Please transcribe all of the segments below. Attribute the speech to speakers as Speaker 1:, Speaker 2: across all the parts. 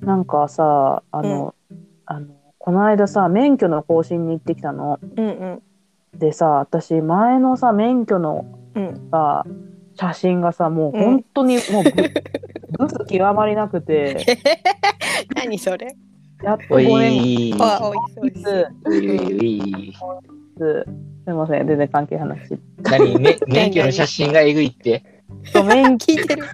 Speaker 1: なんかさあの,、あのこの間さ免許の更新に行ってきたの。
Speaker 2: うんうん
Speaker 1: でさ私前のさ免許の
Speaker 2: うん
Speaker 1: さ写真がさもう
Speaker 2: うん
Speaker 1: 本当にもうぶブス、極まりなくて
Speaker 2: 何それ
Speaker 1: やっと
Speaker 3: おい
Speaker 1: 5年
Speaker 3: ー
Speaker 2: あおいそうです
Speaker 1: ず
Speaker 3: おいおいおい
Speaker 1: つすいません全然関係話
Speaker 3: 何め免許の写真がえぐいって
Speaker 1: そう免
Speaker 2: 聞いてる聞こ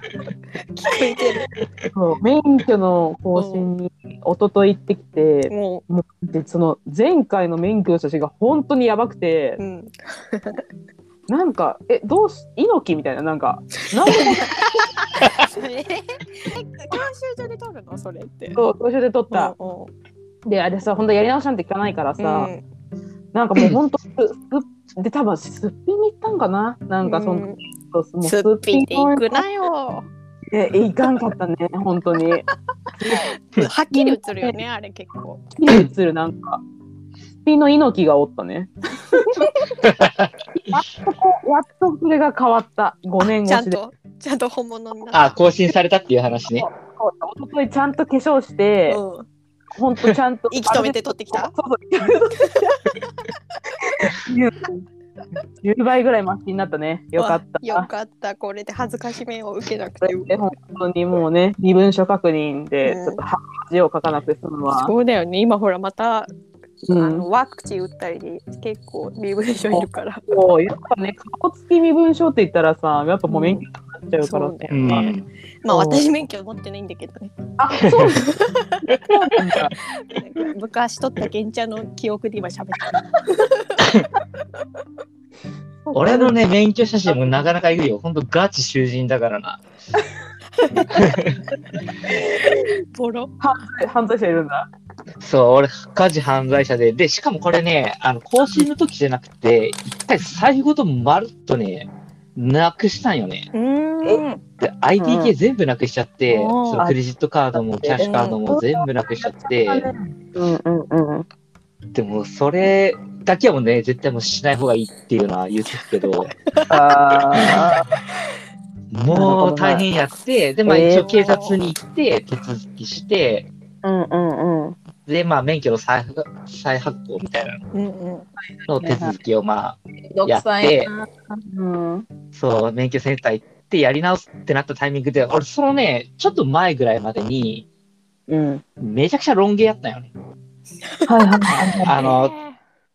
Speaker 2: えてる
Speaker 1: 許免許の更新に一昨日行ってきて
Speaker 2: も
Speaker 1: でその前回の免許の写真が本当にやばくて
Speaker 2: う、うん、
Speaker 1: なんかえどうし猪木みたいななんかなんで
Speaker 2: えー教習所で撮るのそれって
Speaker 1: こう教習で撮った、
Speaker 2: うんうん
Speaker 1: であれさ本当やり直しなんて聞かないからさ、
Speaker 2: うん
Speaker 1: なんかもうほんとすすで多分すっぴんに行ったんかななんかその、
Speaker 2: う
Speaker 1: そうも
Speaker 2: ん
Speaker 1: う
Speaker 2: すっぴんで行く
Speaker 1: すっ
Speaker 2: なよ
Speaker 1: ぴんのえ行かんかったね本当に
Speaker 2: はっきり映るよねあれ結構
Speaker 1: 綺麗に映るなんかすっぴんの猪木がおった ねやっとこうやっとそれが変わった5年
Speaker 2: ちゃ
Speaker 1: 越し
Speaker 2: ん
Speaker 1: で
Speaker 2: とちゃんと本物にな
Speaker 3: あ
Speaker 2: った
Speaker 3: 更新されたっていう話ね
Speaker 1: おとといちゃんと化粧して、
Speaker 2: うん
Speaker 1: ほんとちゃんと
Speaker 2: 息止めて撮ってき
Speaker 1: そう
Speaker 2: た
Speaker 1: そう10倍ぐらいマシになったねよかった
Speaker 2: わよかったこれで恥ずかしめを受けなくて
Speaker 1: で本当にもうね身分証確認で
Speaker 2: うん
Speaker 1: ちょっとは恥をかかなくて済むわ、
Speaker 2: そうだよね今ほらまた、
Speaker 1: うん
Speaker 2: あのワクチン打ったりで結構身分証いるから
Speaker 1: もうやっぱね顔つき身分証って言ったらさやっぱもう免許になっちゃうから、
Speaker 2: そうだよ
Speaker 3: うん
Speaker 2: ね、まあ
Speaker 1: そう
Speaker 2: 私免許持ってないんだけどね
Speaker 1: あ そうなんだ
Speaker 2: なんか昔取った現茶の記憶で今喋ってる
Speaker 3: 俺のね免許写真もなかなかえぐいよほんとガチ囚人だからな
Speaker 2: ボロ
Speaker 1: 犯罪者いるんだ
Speaker 3: そう俺ガチ犯罪者ででしかもこれねあの更新の時じゃなくて一回財布ごとまるっとねなくしたんよね
Speaker 2: うーん
Speaker 3: で ID 系全部なくしちゃって、
Speaker 2: うん
Speaker 3: そのクレジットカードもキャッシュカード
Speaker 1: う
Speaker 3: も
Speaker 1: ん
Speaker 3: 全部なくしちゃって、
Speaker 1: うんうんうん
Speaker 3: でもそれだけはもうね絶対もうしない方がいいっていうのは言ってたけど
Speaker 1: あ
Speaker 3: もう大変やってでまあ
Speaker 1: えー
Speaker 3: 一応警察に行って手続きして
Speaker 1: ーうんうんうん
Speaker 3: でまあ免許の再発再発行みたいな
Speaker 2: うんうん
Speaker 3: の手続きをまあや
Speaker 1: 独
Speaker 3: って
Speaker 1: うん
Speaker 3: そう免許センター行ってやり直すってなったタイミングで俺そのねちょっと前ぐらいまでに
Speaker 1: うん
Speaker 3: めちゃくちゃロン毛やったんよね
Speaker 1: はいはいはいはい
Speaker 3: あの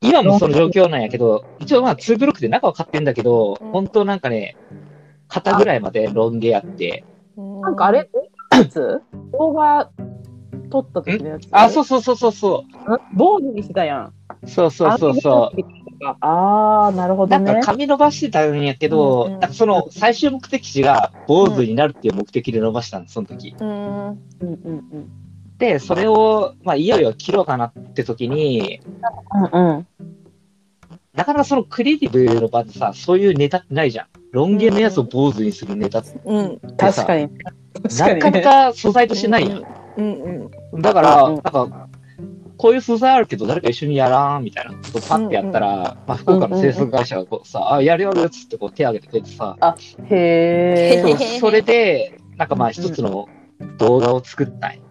Speaker 3: 今もその状況なんやけど、一応まあ2ブロックで中は買ってんだけど、
Speaker 2: うん
Speaker 3: 本当なんかね、肩ぐらいまでロン毛やって、
Speaker 1: なんかあれいつ動画撮った時のやつ
Speaker 3: あ、そうそうそうそうそ
Speaker 1: 坊主にしてたやん。
Speaker 3: う、そうそうそうそう
Speaker 1: ああ、なるほ
Speaker 3: う、な
Speaker 1: ど
Speaker 3: んか
Speaker 1: ね。
Speaker 3: 髪伸ばしてたんやけど、
Speaker 2: うんうん
Speaker 3: なんかその最終目的地が坊主になるっていう目的で伸ばしたの、その時。
Speaker 2: うんうん
Speaker 1: うんうん
Speaker 3: で、それを、まあいよいよ切ろうかなって時に、
Speaker 1: うん。うん
Speaker 3: なかなかそのクリエイティブの場でさ、そういうネタってないじゃん。ロン毛のやつを坊主にするネタって
Speaker 2: うん
Speaker 3: さ、
Speaker 1: 確かに。
Speaker 3: なかな
Speaker 1: ね。
Speaker 3: か素材としてないやん。
Speaker 2: うんうん
Speaker 3: だから、
Speaker 1: うん
Speaker 3: なんか、こういう素材あるけど、誰か一緒にやらんみたいなことをパッてやったら、まあ、福岡の制作会社がこうさ、あ、やるやるっつってこう手挙げてくれてさ、
Speaker 1: へ
Speaker 2: へ
Speaker 1: え。
Speaker 3: そう
Speaker 2: へへ
Speaker 3: それで、なんかまあ、一つの動画を作ったんよ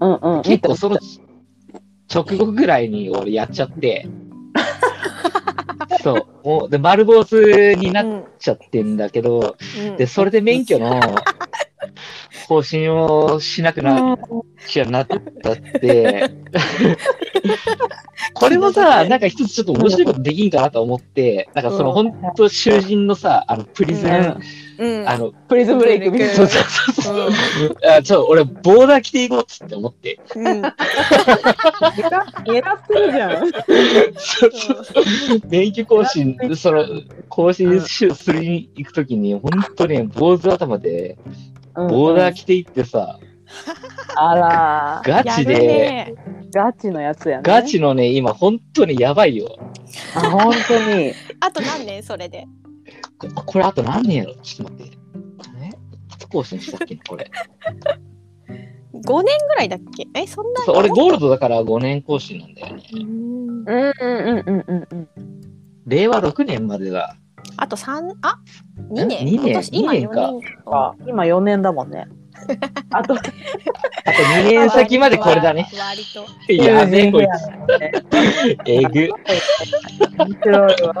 Speaker 1: うんうんうん。
Speaker 3: 結構その直後ぐらいに俺やっち ゃって、そう、もうで丸坊主になっ
Speaker 2: うん
Speaker 3: ちゃってんだけど、
Speaker 2: うん
Speaker 3: で、それで免許の更新をしなくなっ気になった って。これもさ、なんか一つちょっと面白いことできんかなと思って、なんかその
Speaker 2: う
Speaker 3: 本当囚人のさ、あのプリズム、
Speaker 2: うん
Speaker 3: あの、
Speaker 1: プリズムブレイクみたい
Speaker 3: そうそうそうそう、あちょ、俺ボーダー着ていこうっつって思って。
Speaker 2: うん
Speaker 1: な。狙ってるじゃん。
Speaker 3: そうそう免許更新、その、更新しするに行くときに、本当ね、坊主頭で、ボーダー着ていってさ、
Speaker 1: あら、
Speaker 3: ガ
Speaker 2: や
Speaker 3: チ
Speaker 2: る
Speaker 3: で、
Speaker 2: ね
Speaker 1: ガチのやつやね。
Speaker 3: ガチのね、今本当にやばいよ。
Speaker 1: あ、本当に。
Speaker 2: あと何年それで
Speaker 3: ここれあと何年やろちょっと待って。え初更新したっけなこれ。
Speaker 2: 五年ぐらいだっけえそんな
Speaker 3: そう俺ゴールドだから5年更新なんだよね。
Speaker 2: う
Speaker 1: うん
Speaker 2: ん
Speaker 1: うんうんうんうん。
Speaker 3: 令和6年までだ。
Speaker 2: あと三あ二年
Speaker 3: え二年
Speaker 2: 今年今
Speaker 3: 二年か
Speaker 2: 四年
Speaker 1: 今4年だもんね。あと、
Speaker 3: あと2年先までこれだね。
Speaker 2: 割と。
Speaker 3: やべえ、こい
Speaker 1: つ。
Speaker 3: つ。えぐ。
Speaker 1: 面白いわ。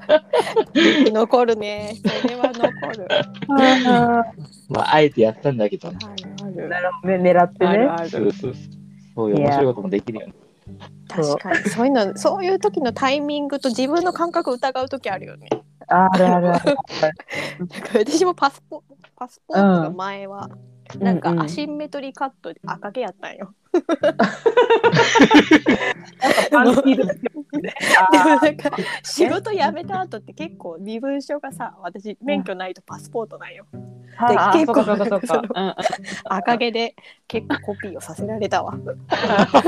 Speaker 2: 割と残るね。それは残 る。
Speaker 1: あ
Speaker 3: まあ、あえてやったんだけど。
Speaker 2: あ
Speaker 1: ー
Speaker 2: る
Speaker 1: なるほどね、狙って
Speaker 2: ある。
Speaker 1: ね。
Speaker 2: あるあ
Speaker 3: そう
Speaker 2: る。
Speaker 3: そうそう。そういう
Speaker 1: いや
Speaker 3: 面白いこともできるよね。
Speaker 2: 確かに。そういうの、そういう時のタイミングと自分の感覚を疑う時あるよね。
Speaker 1: あるあるある。
Speaker 2: なんか私もパスポ、パスポートが前は、なんか
Speaker 1: う
Speaker 2: アシンメトリーカットで赤毛やったんよ。
Speaker 1: パンティーで
Speaker 2: でもなんか仕事辞めた後って結構身分証がさ私免許ないとパスポートないよ
Speaker 1: あー
Speaker 2: 結構
Speaker 1: そうかそうかそうか。うんうん
Speaker 2: 赤毛で結構コピーをさせられ たわあ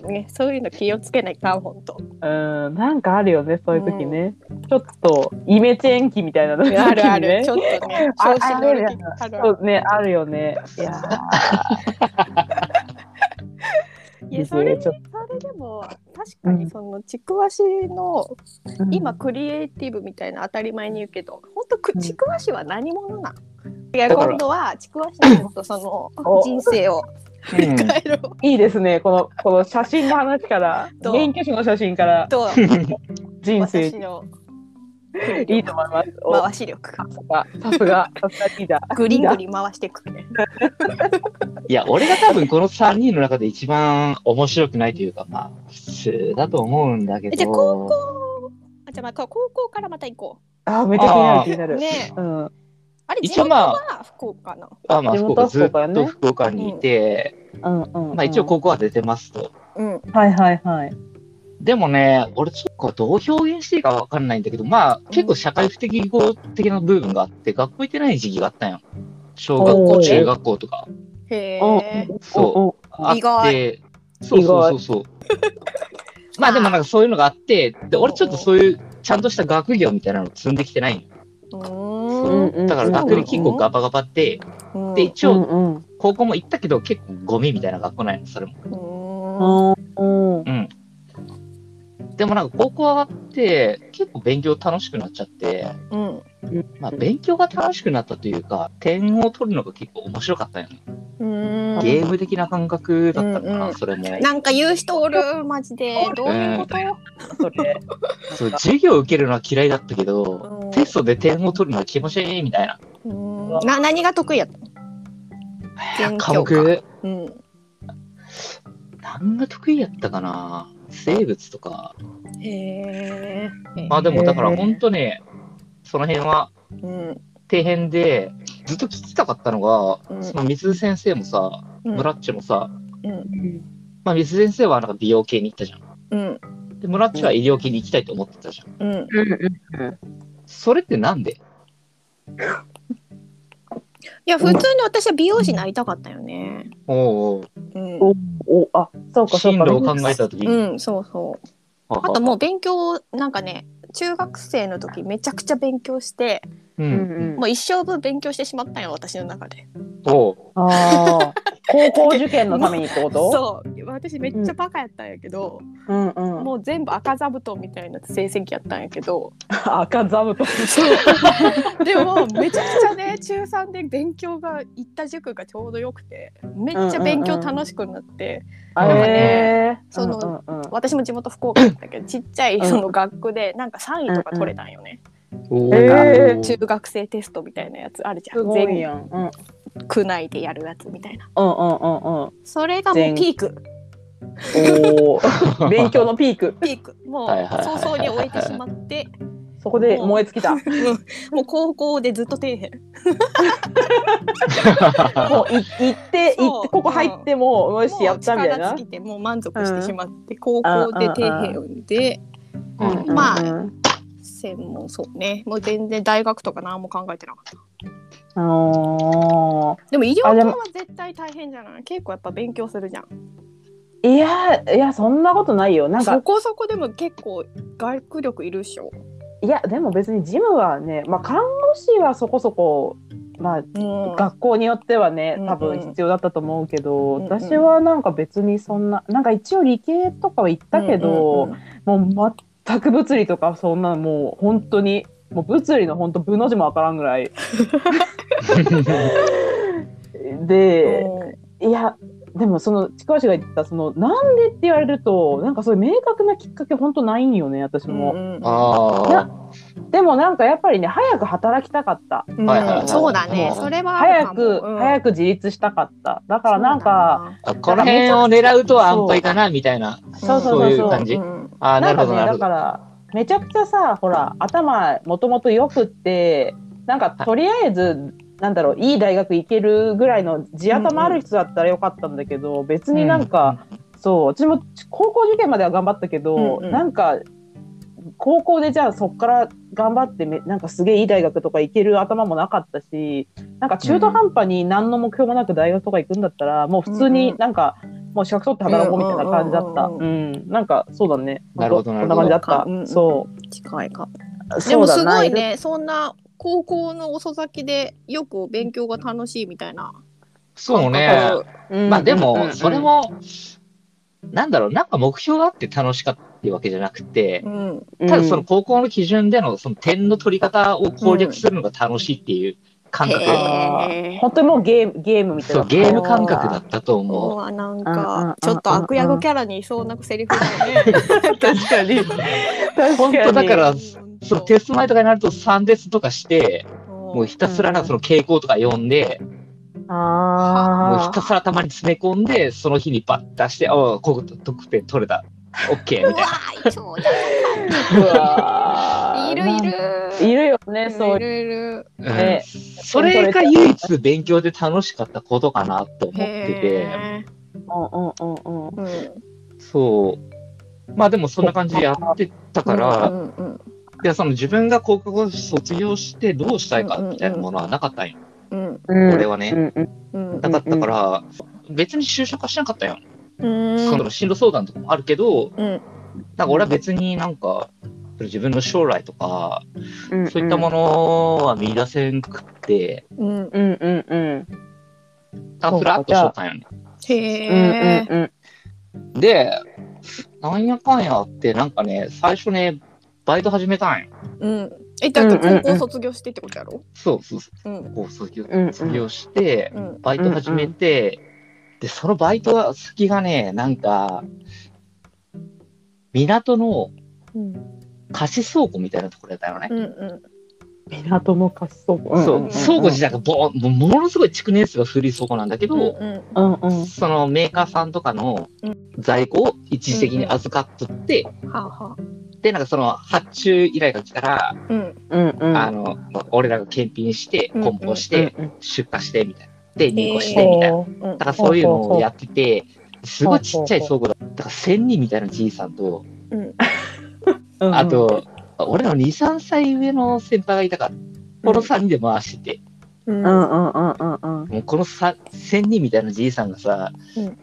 Speaker 2: るよねそういうの気をつけないかんほん と
Speaker 1: うん、なんかあるよね、そういう時ね。ちょっと、イメチェンキみたいなのが
Speaker 2: あるあ
Speaker 1: 時に
Speaker 2: る
Speaker 1: ね
Speaker 2: ちょっとね
Speaker 1: あ
Speaker 2: 調子乗る気があるあ
Speaker 1: そ
Speaker 2: る
Speaker 1: うね、あるよね。いやー
Speaker 2: いやそれ
Speaker 1: ちょっ
Speaker 2: それでも確かにそのちくわしの
Speaker 1: とうん
Speaker 2: 今クリエイティブみたいな当たり前に言うけど本当く
Speaker 1: うん
Speaker 2: ちくわしは何者なんいや
Speaker 3: だから
Speaker 2: 今度はちくわしのことその
Speaker 1: お
Speaker 2: 人生を
Speaker 3: うん
Speaker 2: 変えろ
Speaker 1: いいですね、この、この写真の話から、
Speaker 2: どう
Speaker 1: 免許証の写真から
Speaker 2: と
Speaker 1: 人生
Speaker 2: 私
Speaker 1: に
Speaker 2: の
Speaker 1: いいと思います。お
Speaker 2: 回し力
Speaker 1: さすが、さすがリーダー。
Speaker 2: グリングリン回していくね
Speaker 3: いや、俺が多分この3人の中で一番面白くないというか、まあ、普通だと思うんだけ
Speaker 2: えじゃあ高
Speaker 3: ど。
Speaker 2: 校あじゃあまあこ高校からまた行こ
Speaker 1: あー、めっちゃ気にな
Speaker 2: う
Speaker 1: る、気になる。
Speaker 2: ね
Speaker 1: うん。
Speaker 2: あれ地
Speaker 3: 一応
Speaker 2: 元
Speaker 3: まあ
Speaker 2: は福岡なの
Speaker 3: あまあ、
Speaker 1: 地
Speaker 3: 福
Speaker 1: 元
Speaker 3: 岡
Speaker 1: は
Speaker 3: ずっ
Speaker 1: 福岡ね
Speaker 3: と福岡にいて、
Speaker 1: うんうんうん。
Speaker 3: まあ一応高校は出てますと。
Speaker 2: うん
Speaker 1: はいはいはい。
Speaker 3: でもね、俺、そっか、どう表現していいかわかんないんだけど、まあ、結構社会不適合的な部分があって、学校行ってない時期があったんよ。小学
Speaker 1: お
Speaker 3: 校、
Speaker 1: ー
Speaker 3: 中学校とか。
Speaker 2: へえ
Speaker 1: お
Speaker 3: そう
Speaker 1: お
Speaker 3: あ
Speaker 2: 意
Speaker 3: って、そうそうそうそう。 まあでもなんかそういうのがあって、で、俺ちょっとそういう、ちゃんとした学業みたいなの積んできてないんよ
Speaker 1: おうんうんうん。
Speaker 3: だから学歴結構ガバガバって、で、一
Speaker 1: うん
Speaker 3: 応、
Speaker 1: うん。
Speaker 3: 高校も行ったけど、結構ゴミみたいな学校なんよ、それも。
Speaker 2: うん
Speaker 1: うん。
Speaker 3: うん。でもなんか高校上がって、結構勉強楽しくなっちゃって、
Speaker 2: うん
Speaker 3: まあ、勉強が楽しくなったというか、点を取るのが結構面白かったよね。
Speaker 2: うん
Speaker 3: ゲーム的な感覚だったのかな、
Speaker 2: うんうん
Speaker 3: それも。
Speaker 2: なんか言う人おる マジでどういうこと
Speaker 1: それ。
Speaker 3: そう授業受けるのは嫌いだったけど、
Speaker 2: うん
Speaker 3: テストで点を取るのは気持ちいいみたいな。
Speaker 2: うんな何が得意やった勉
Speaker 3: 科
Speaker 2: 強か
Speaker 3: 目、
Speaker 2: うん
Speaker 3: 何が得意やったかな生物とか。
Speaker 2: へえ
Speaker 3: まあでもだか
Speaker 1: へ
Speaker 3: ら
Speaker 1: ー
Speaker 3: 本当ね、その辺は
Speaker 2: うん
Speaker 3: 底辺で、ずっと聞きたかったのが、
Speaker 2: うん
Speaker 3: その水先生もさ、
Speaker 2: うん
Speaker 3: ムラッチもさ、
Speaker 2: うん
Speaker 3: まあ水先生はなんか美容系に行ったじゃん。
Speaker 2: うん
Speaker 3: で、ムラッチは医療系に行きたいと思ってたじゃん。
Speaker 2: うん
Speaker 3: それってなんで
Speaker 2: いや普通に私は美容師になりたかったよね
Speaker 3: おうおう
Speaker 2: うん
Speaker 1: おおあそうかそう
Speaker 3: 進
Speaker 1: か。
Speaker 3: 路を考えたときに、
Speaker 2: うんそうそう
Speaker 3: は
Speaker 2: あ
Speaker 3: は
Speaker 2: ともう勉強をなんかね中学生の時めちゃくちゃ勉強して
Speaker 3: う
Speaker 1: うん
Speaker 3: ん、
Speaker 1: うん。
Speaker 2: もう一生分勉強してしまったんよ私の中で
Speaker 3: おう
Speaker 1: ああ。高校受験のためにってこと？
Speaker 2: そう私めっちゃバカやったんやけど、
Speaker 1: う。うんうん。
Speaker 2: もう全部赤座布団みたいな成績やったんやけど
Speaker 1: 赤座布団。
Speaker 2: でもめちゃくちゃね中3で勉強が行った塾がちょうどよくてめっちゃ勉強楽しくなって、
Speaker 1: ええ。
Speaker 2: その
Speaker 1: うんうんうん
Speaker 2: 私も地元福岡だったけどちっちゃいその学区でなんか3位とか取れたんよね、
Speaker 3: おう
Speaker 1: えー
Speaker 2: 中学生テストみたいなやつあるじゃ
Speaker 1: す
Speaker 2: ん
Speaker 1: ごい
Speaker 2: 全
Speaker 1: やん。うんうんうん
Speaker 2: 区内でやるやつみたいな
Speaker 1: うんうん。
Speaker 2: それがもう
Speaker 1: 全
Speaker 2: ピーク
Speaker 1: おお。 勉強のピーク。
Speaker 2: ピークもう
Speaker 3: はいはいはいはい
Speaker 2: 早々に終えてしま って
Speaker 1: そこで燃え尽き た。も
Speaker 2: もう高校でずっと底辺
Speaker 1: うい行って
Speaker 2: そう
Speaker 1: 行ってここ入ってもうよしや
Speaker 2: も
Speaker 1: っ
Speaker 2: う
Speaker 1: たみたい
Speaker 2: 力
Speaker 1: な
Speaker 2: 尽き。てもう満足してしまって、高校で底辺で
Speaker 3: うん
Speaker 2: うんまあ
Speaker 1: うん
Speaker 2: 専門そうねもう全然大学とか何も考えてなかった
Speaker 1: あの
Speaker 2: でも医療
Speaker 1: あで
Speaker 2: 系
Speaker 1: も
Speaker 2: は絶対大変じゃない結構やっぱ勉強するじゃん
Speaker 1: ーいやいやそんなことないよ。なんか
Speaker 2: そこそこでも結構学力いるっしょ
Speaker 1: いやでも別にジムはね、まあ、看護師はそこそこ、まあ、
Speaker 2: もう
Speaker 1: 学校によってはね
Speaker 2: うん
Speaker 1: 多分必要だったと思うけど、
Speaker 2: うんうん
Speaker 1: 私はなんか別にそんななんか一応理系とかは行ったけど、
Speaker 2: うんうんうん
Speaker 1: もう全く物理とかそんなのもう本当にもう物理の本当部の字もわからんぐらいで、いやでもその近橋が言ったそのなんでって言われるとなんかそういう明確なきっかけ本当ないんよね私も、
Speaker 2: うん
Speaker 3: あ
Speaker 1: でもなんかやっぱりね早く働きたかった
Speaker 2: うん
Speaker 3: はいはいはい
Speaker 2: そうだね。
Speaker 3: うん
Speaker 2: それは
Speaker 1: 早く、早
Speaker 2: く
Speaker 1: く自立したかっただからなんか
Speaker 3: あ。この辺を狙うと安泰かな、みたいな。
Speaker 1: そうそう
Speaker 3: そう
Speaker 1: そう
Speaker 3: い
Speaker 1: そうう
Speaker 3: 感じ。
Speaker 2: うん
Speaker 3: ああ、な
Speaker 1: なんか
Speaker 3: るほ
Speaker 1: ね
Speaker 3: ど、な
Speaker 1: だ
Speaker 3: るほ
Speaker 1: か
Speaker 3: ど。
Speaker 1: らめちゃくちゃさほら頭もともとよくってなんかとりあえずなんだろういい大学行けるぐらいの地頭ある人だったらよかったんだけど、別になんか、そう私も高校受験までは頑張ったけど、
Speaker 2: うんうん
Speaker 1: なんか高校でじゃあそっから頑張ってめなんかすげえいい大学とか行ける頭もなかったしなんか中途半端に何の目標もなく大学とか行くんだったら、もう普通
Speaker 2: うんう
Speaker 1: に
Speaker 2: ん
Speaker 1: なんか、もう資格取って働こうみたいな感じだった。
Speaker 2: うんうん
Speaker 1: う、
Speaker 2: うん
Speaker 1: なんかそうだね。
Speaker 3: なるほどなるほど
Speaker 1: こんな感
Speaker 2: う
Speaker 1: じだ
Speaker 2: ん
Speaker 1: った。そう。
Speaker 2: 近いかも。で
Speaker 1: そう
Speaker 2: も
Speaker 1: だ
Speaker 2: すごい
Speaker 1: な。
Speaker 2: ね。そんな高校の遅咲きでよく勉強が楽しいみたいな。
Speaker 3: そうね。
Speaker 1: うん
Speaker 3: まあで
Speaker 1: うんうんう
Speaker 3: も、
Speaker 1: ん
Speaker 3: それも、なんだろう、なんか目標があって楽しかったっていうわけじゃなくて
Speaker 2: う、ん。
Speaker 1: うん
Speaker 3: ただその高校の基準でのその点の取り方を攻略するのが楽しいっていう感覚、
Speaker 1: うん本当にもうゲームゲームみたい
Speaker 3: そ
Speaker 1: な。
Speaker 3: うゲーム感覚だったと
Speaker 2: う
Speaker 3: 思う。
Speaker 2: わなん
Speaker 1: うんうん
Speaker 2: かちょっと悪役キャラにいそうなセリフだよね。
Speaker 1: 確かに。
Speaker 3: 本当だから、その
Speaker 2: う
Speaker 3: テスト前とかになると3列とかして、もうひたすら
Speaker 1: う
Speaker 3: なんその傾向とか読んで、もうひ
Speaker 1: あ
Speaker 3: たすらたまに詰め込んで、その日にバッ出して、ああ、ここ得点取れた。オッケーみたいな。
Speaker 2: ー超だ
Speaker 1: あ。うわー
Speaker 2: いるいる。
Speaker 1: いるよね。そう
Speaker 2: い。るいる。
Speaker 3: うん
Speaker 1: ね
Speaker 3: それが唯一勉強で楽しかったことかなと思ってて、
Speaker 2: へ
Speaker 1: うんうんうんうん。
Speaker 2: ー
Speaker 3: そう。まあでもそんな感じでやってたから、
Speaker 2: うんうんうん
Speaker 3: いやその自分が高校を卒業してどうしたいかみたいなものはなかったんよ、
Speaker 2: うん
Speaker 1: うん
Speaker 3: 俺はね。
Speaker 2: うんうん
Speaker 3: なかったから、別に就職はしなかったよ。
Speaker 2: うん
Speaker 3: その進路相談とかもあるけど、
Speaker 2: うん
Speaker 3: なんか俺は別になんか、自分の将来とか、
Speaker 1: うんうん
Speaker 3: そういったものは見出せんくって、
Speaker 2: うん
Speaker 1: うんうんうん
Speaker 3: ただふらっとしとったんよね。
Speaker 2: へ
Speaker 1: うん
Speaker 2: え
Speaker 1: うんうん
Speaker 3: で、なんやかんやあって、なんかね、最初ね、バイト始めたんよ。
Speaker 2: うんえだから高校卒業してってことやろ
Speaker 3: そうそうそ
Speaker 2: うん
Speaker 3: う、こう卒業
Speaker 1: うんうん
Speaker 3: 卒業して、
Speaker 2: うん
Speaker 3: バイト始めて、で、そのバイトが先がね、なんか、港の
Speaker 2: うん
Speaker 3: 貸し倉庫みたいなところだったよね。
Speaker 2: うんうん
Speaker 1: 港の滑走庫。
Speaker 3: そ
Speaker 1: んんん
Speaker 3: う、倉庫自体がボーンもうものすごい築年数が古い倉庫なんだけど、
Speaker 2: うん
Speaker 1: うんうん。
Speaker 3: そのメーカーさんとかの
Speaker 2: う
Speaker 3: 在庫を一時的に預かっとって、
Speaker 2: はあはあ
Speaker 3: で、なんかその発注依頼が来たら、
Speaker 2: うん
Speaker 1: うんうん。
Speaker 3: あの、俺らが検品して、
Speaker 2: うん
Speaker 3: 梱包し
Speaker 1: うん
Speaker 3: て、
Speaker 1: うん
Speaker 3: 出荷してみたいな。で、入庫し
Speaker 2: え
Speaker 3: てみたいな。
Speaker 2: うん
Speaker 3: だからそういうのをやってて、すごいちっちゃい倉庫だ。だから1000人みたいなじいさんと、
Speaker 2: うん
Speaker 1: うん
Speaker 3: あと、俺の2、3歳上の先輩がいたから、この3人で回してて、
Speaker 2: うん
Speaker 1: うんうんうんうんうん。
Speaker 3: もうこのさ1000人みたいなじいさんがさ、
Speaker 2: うん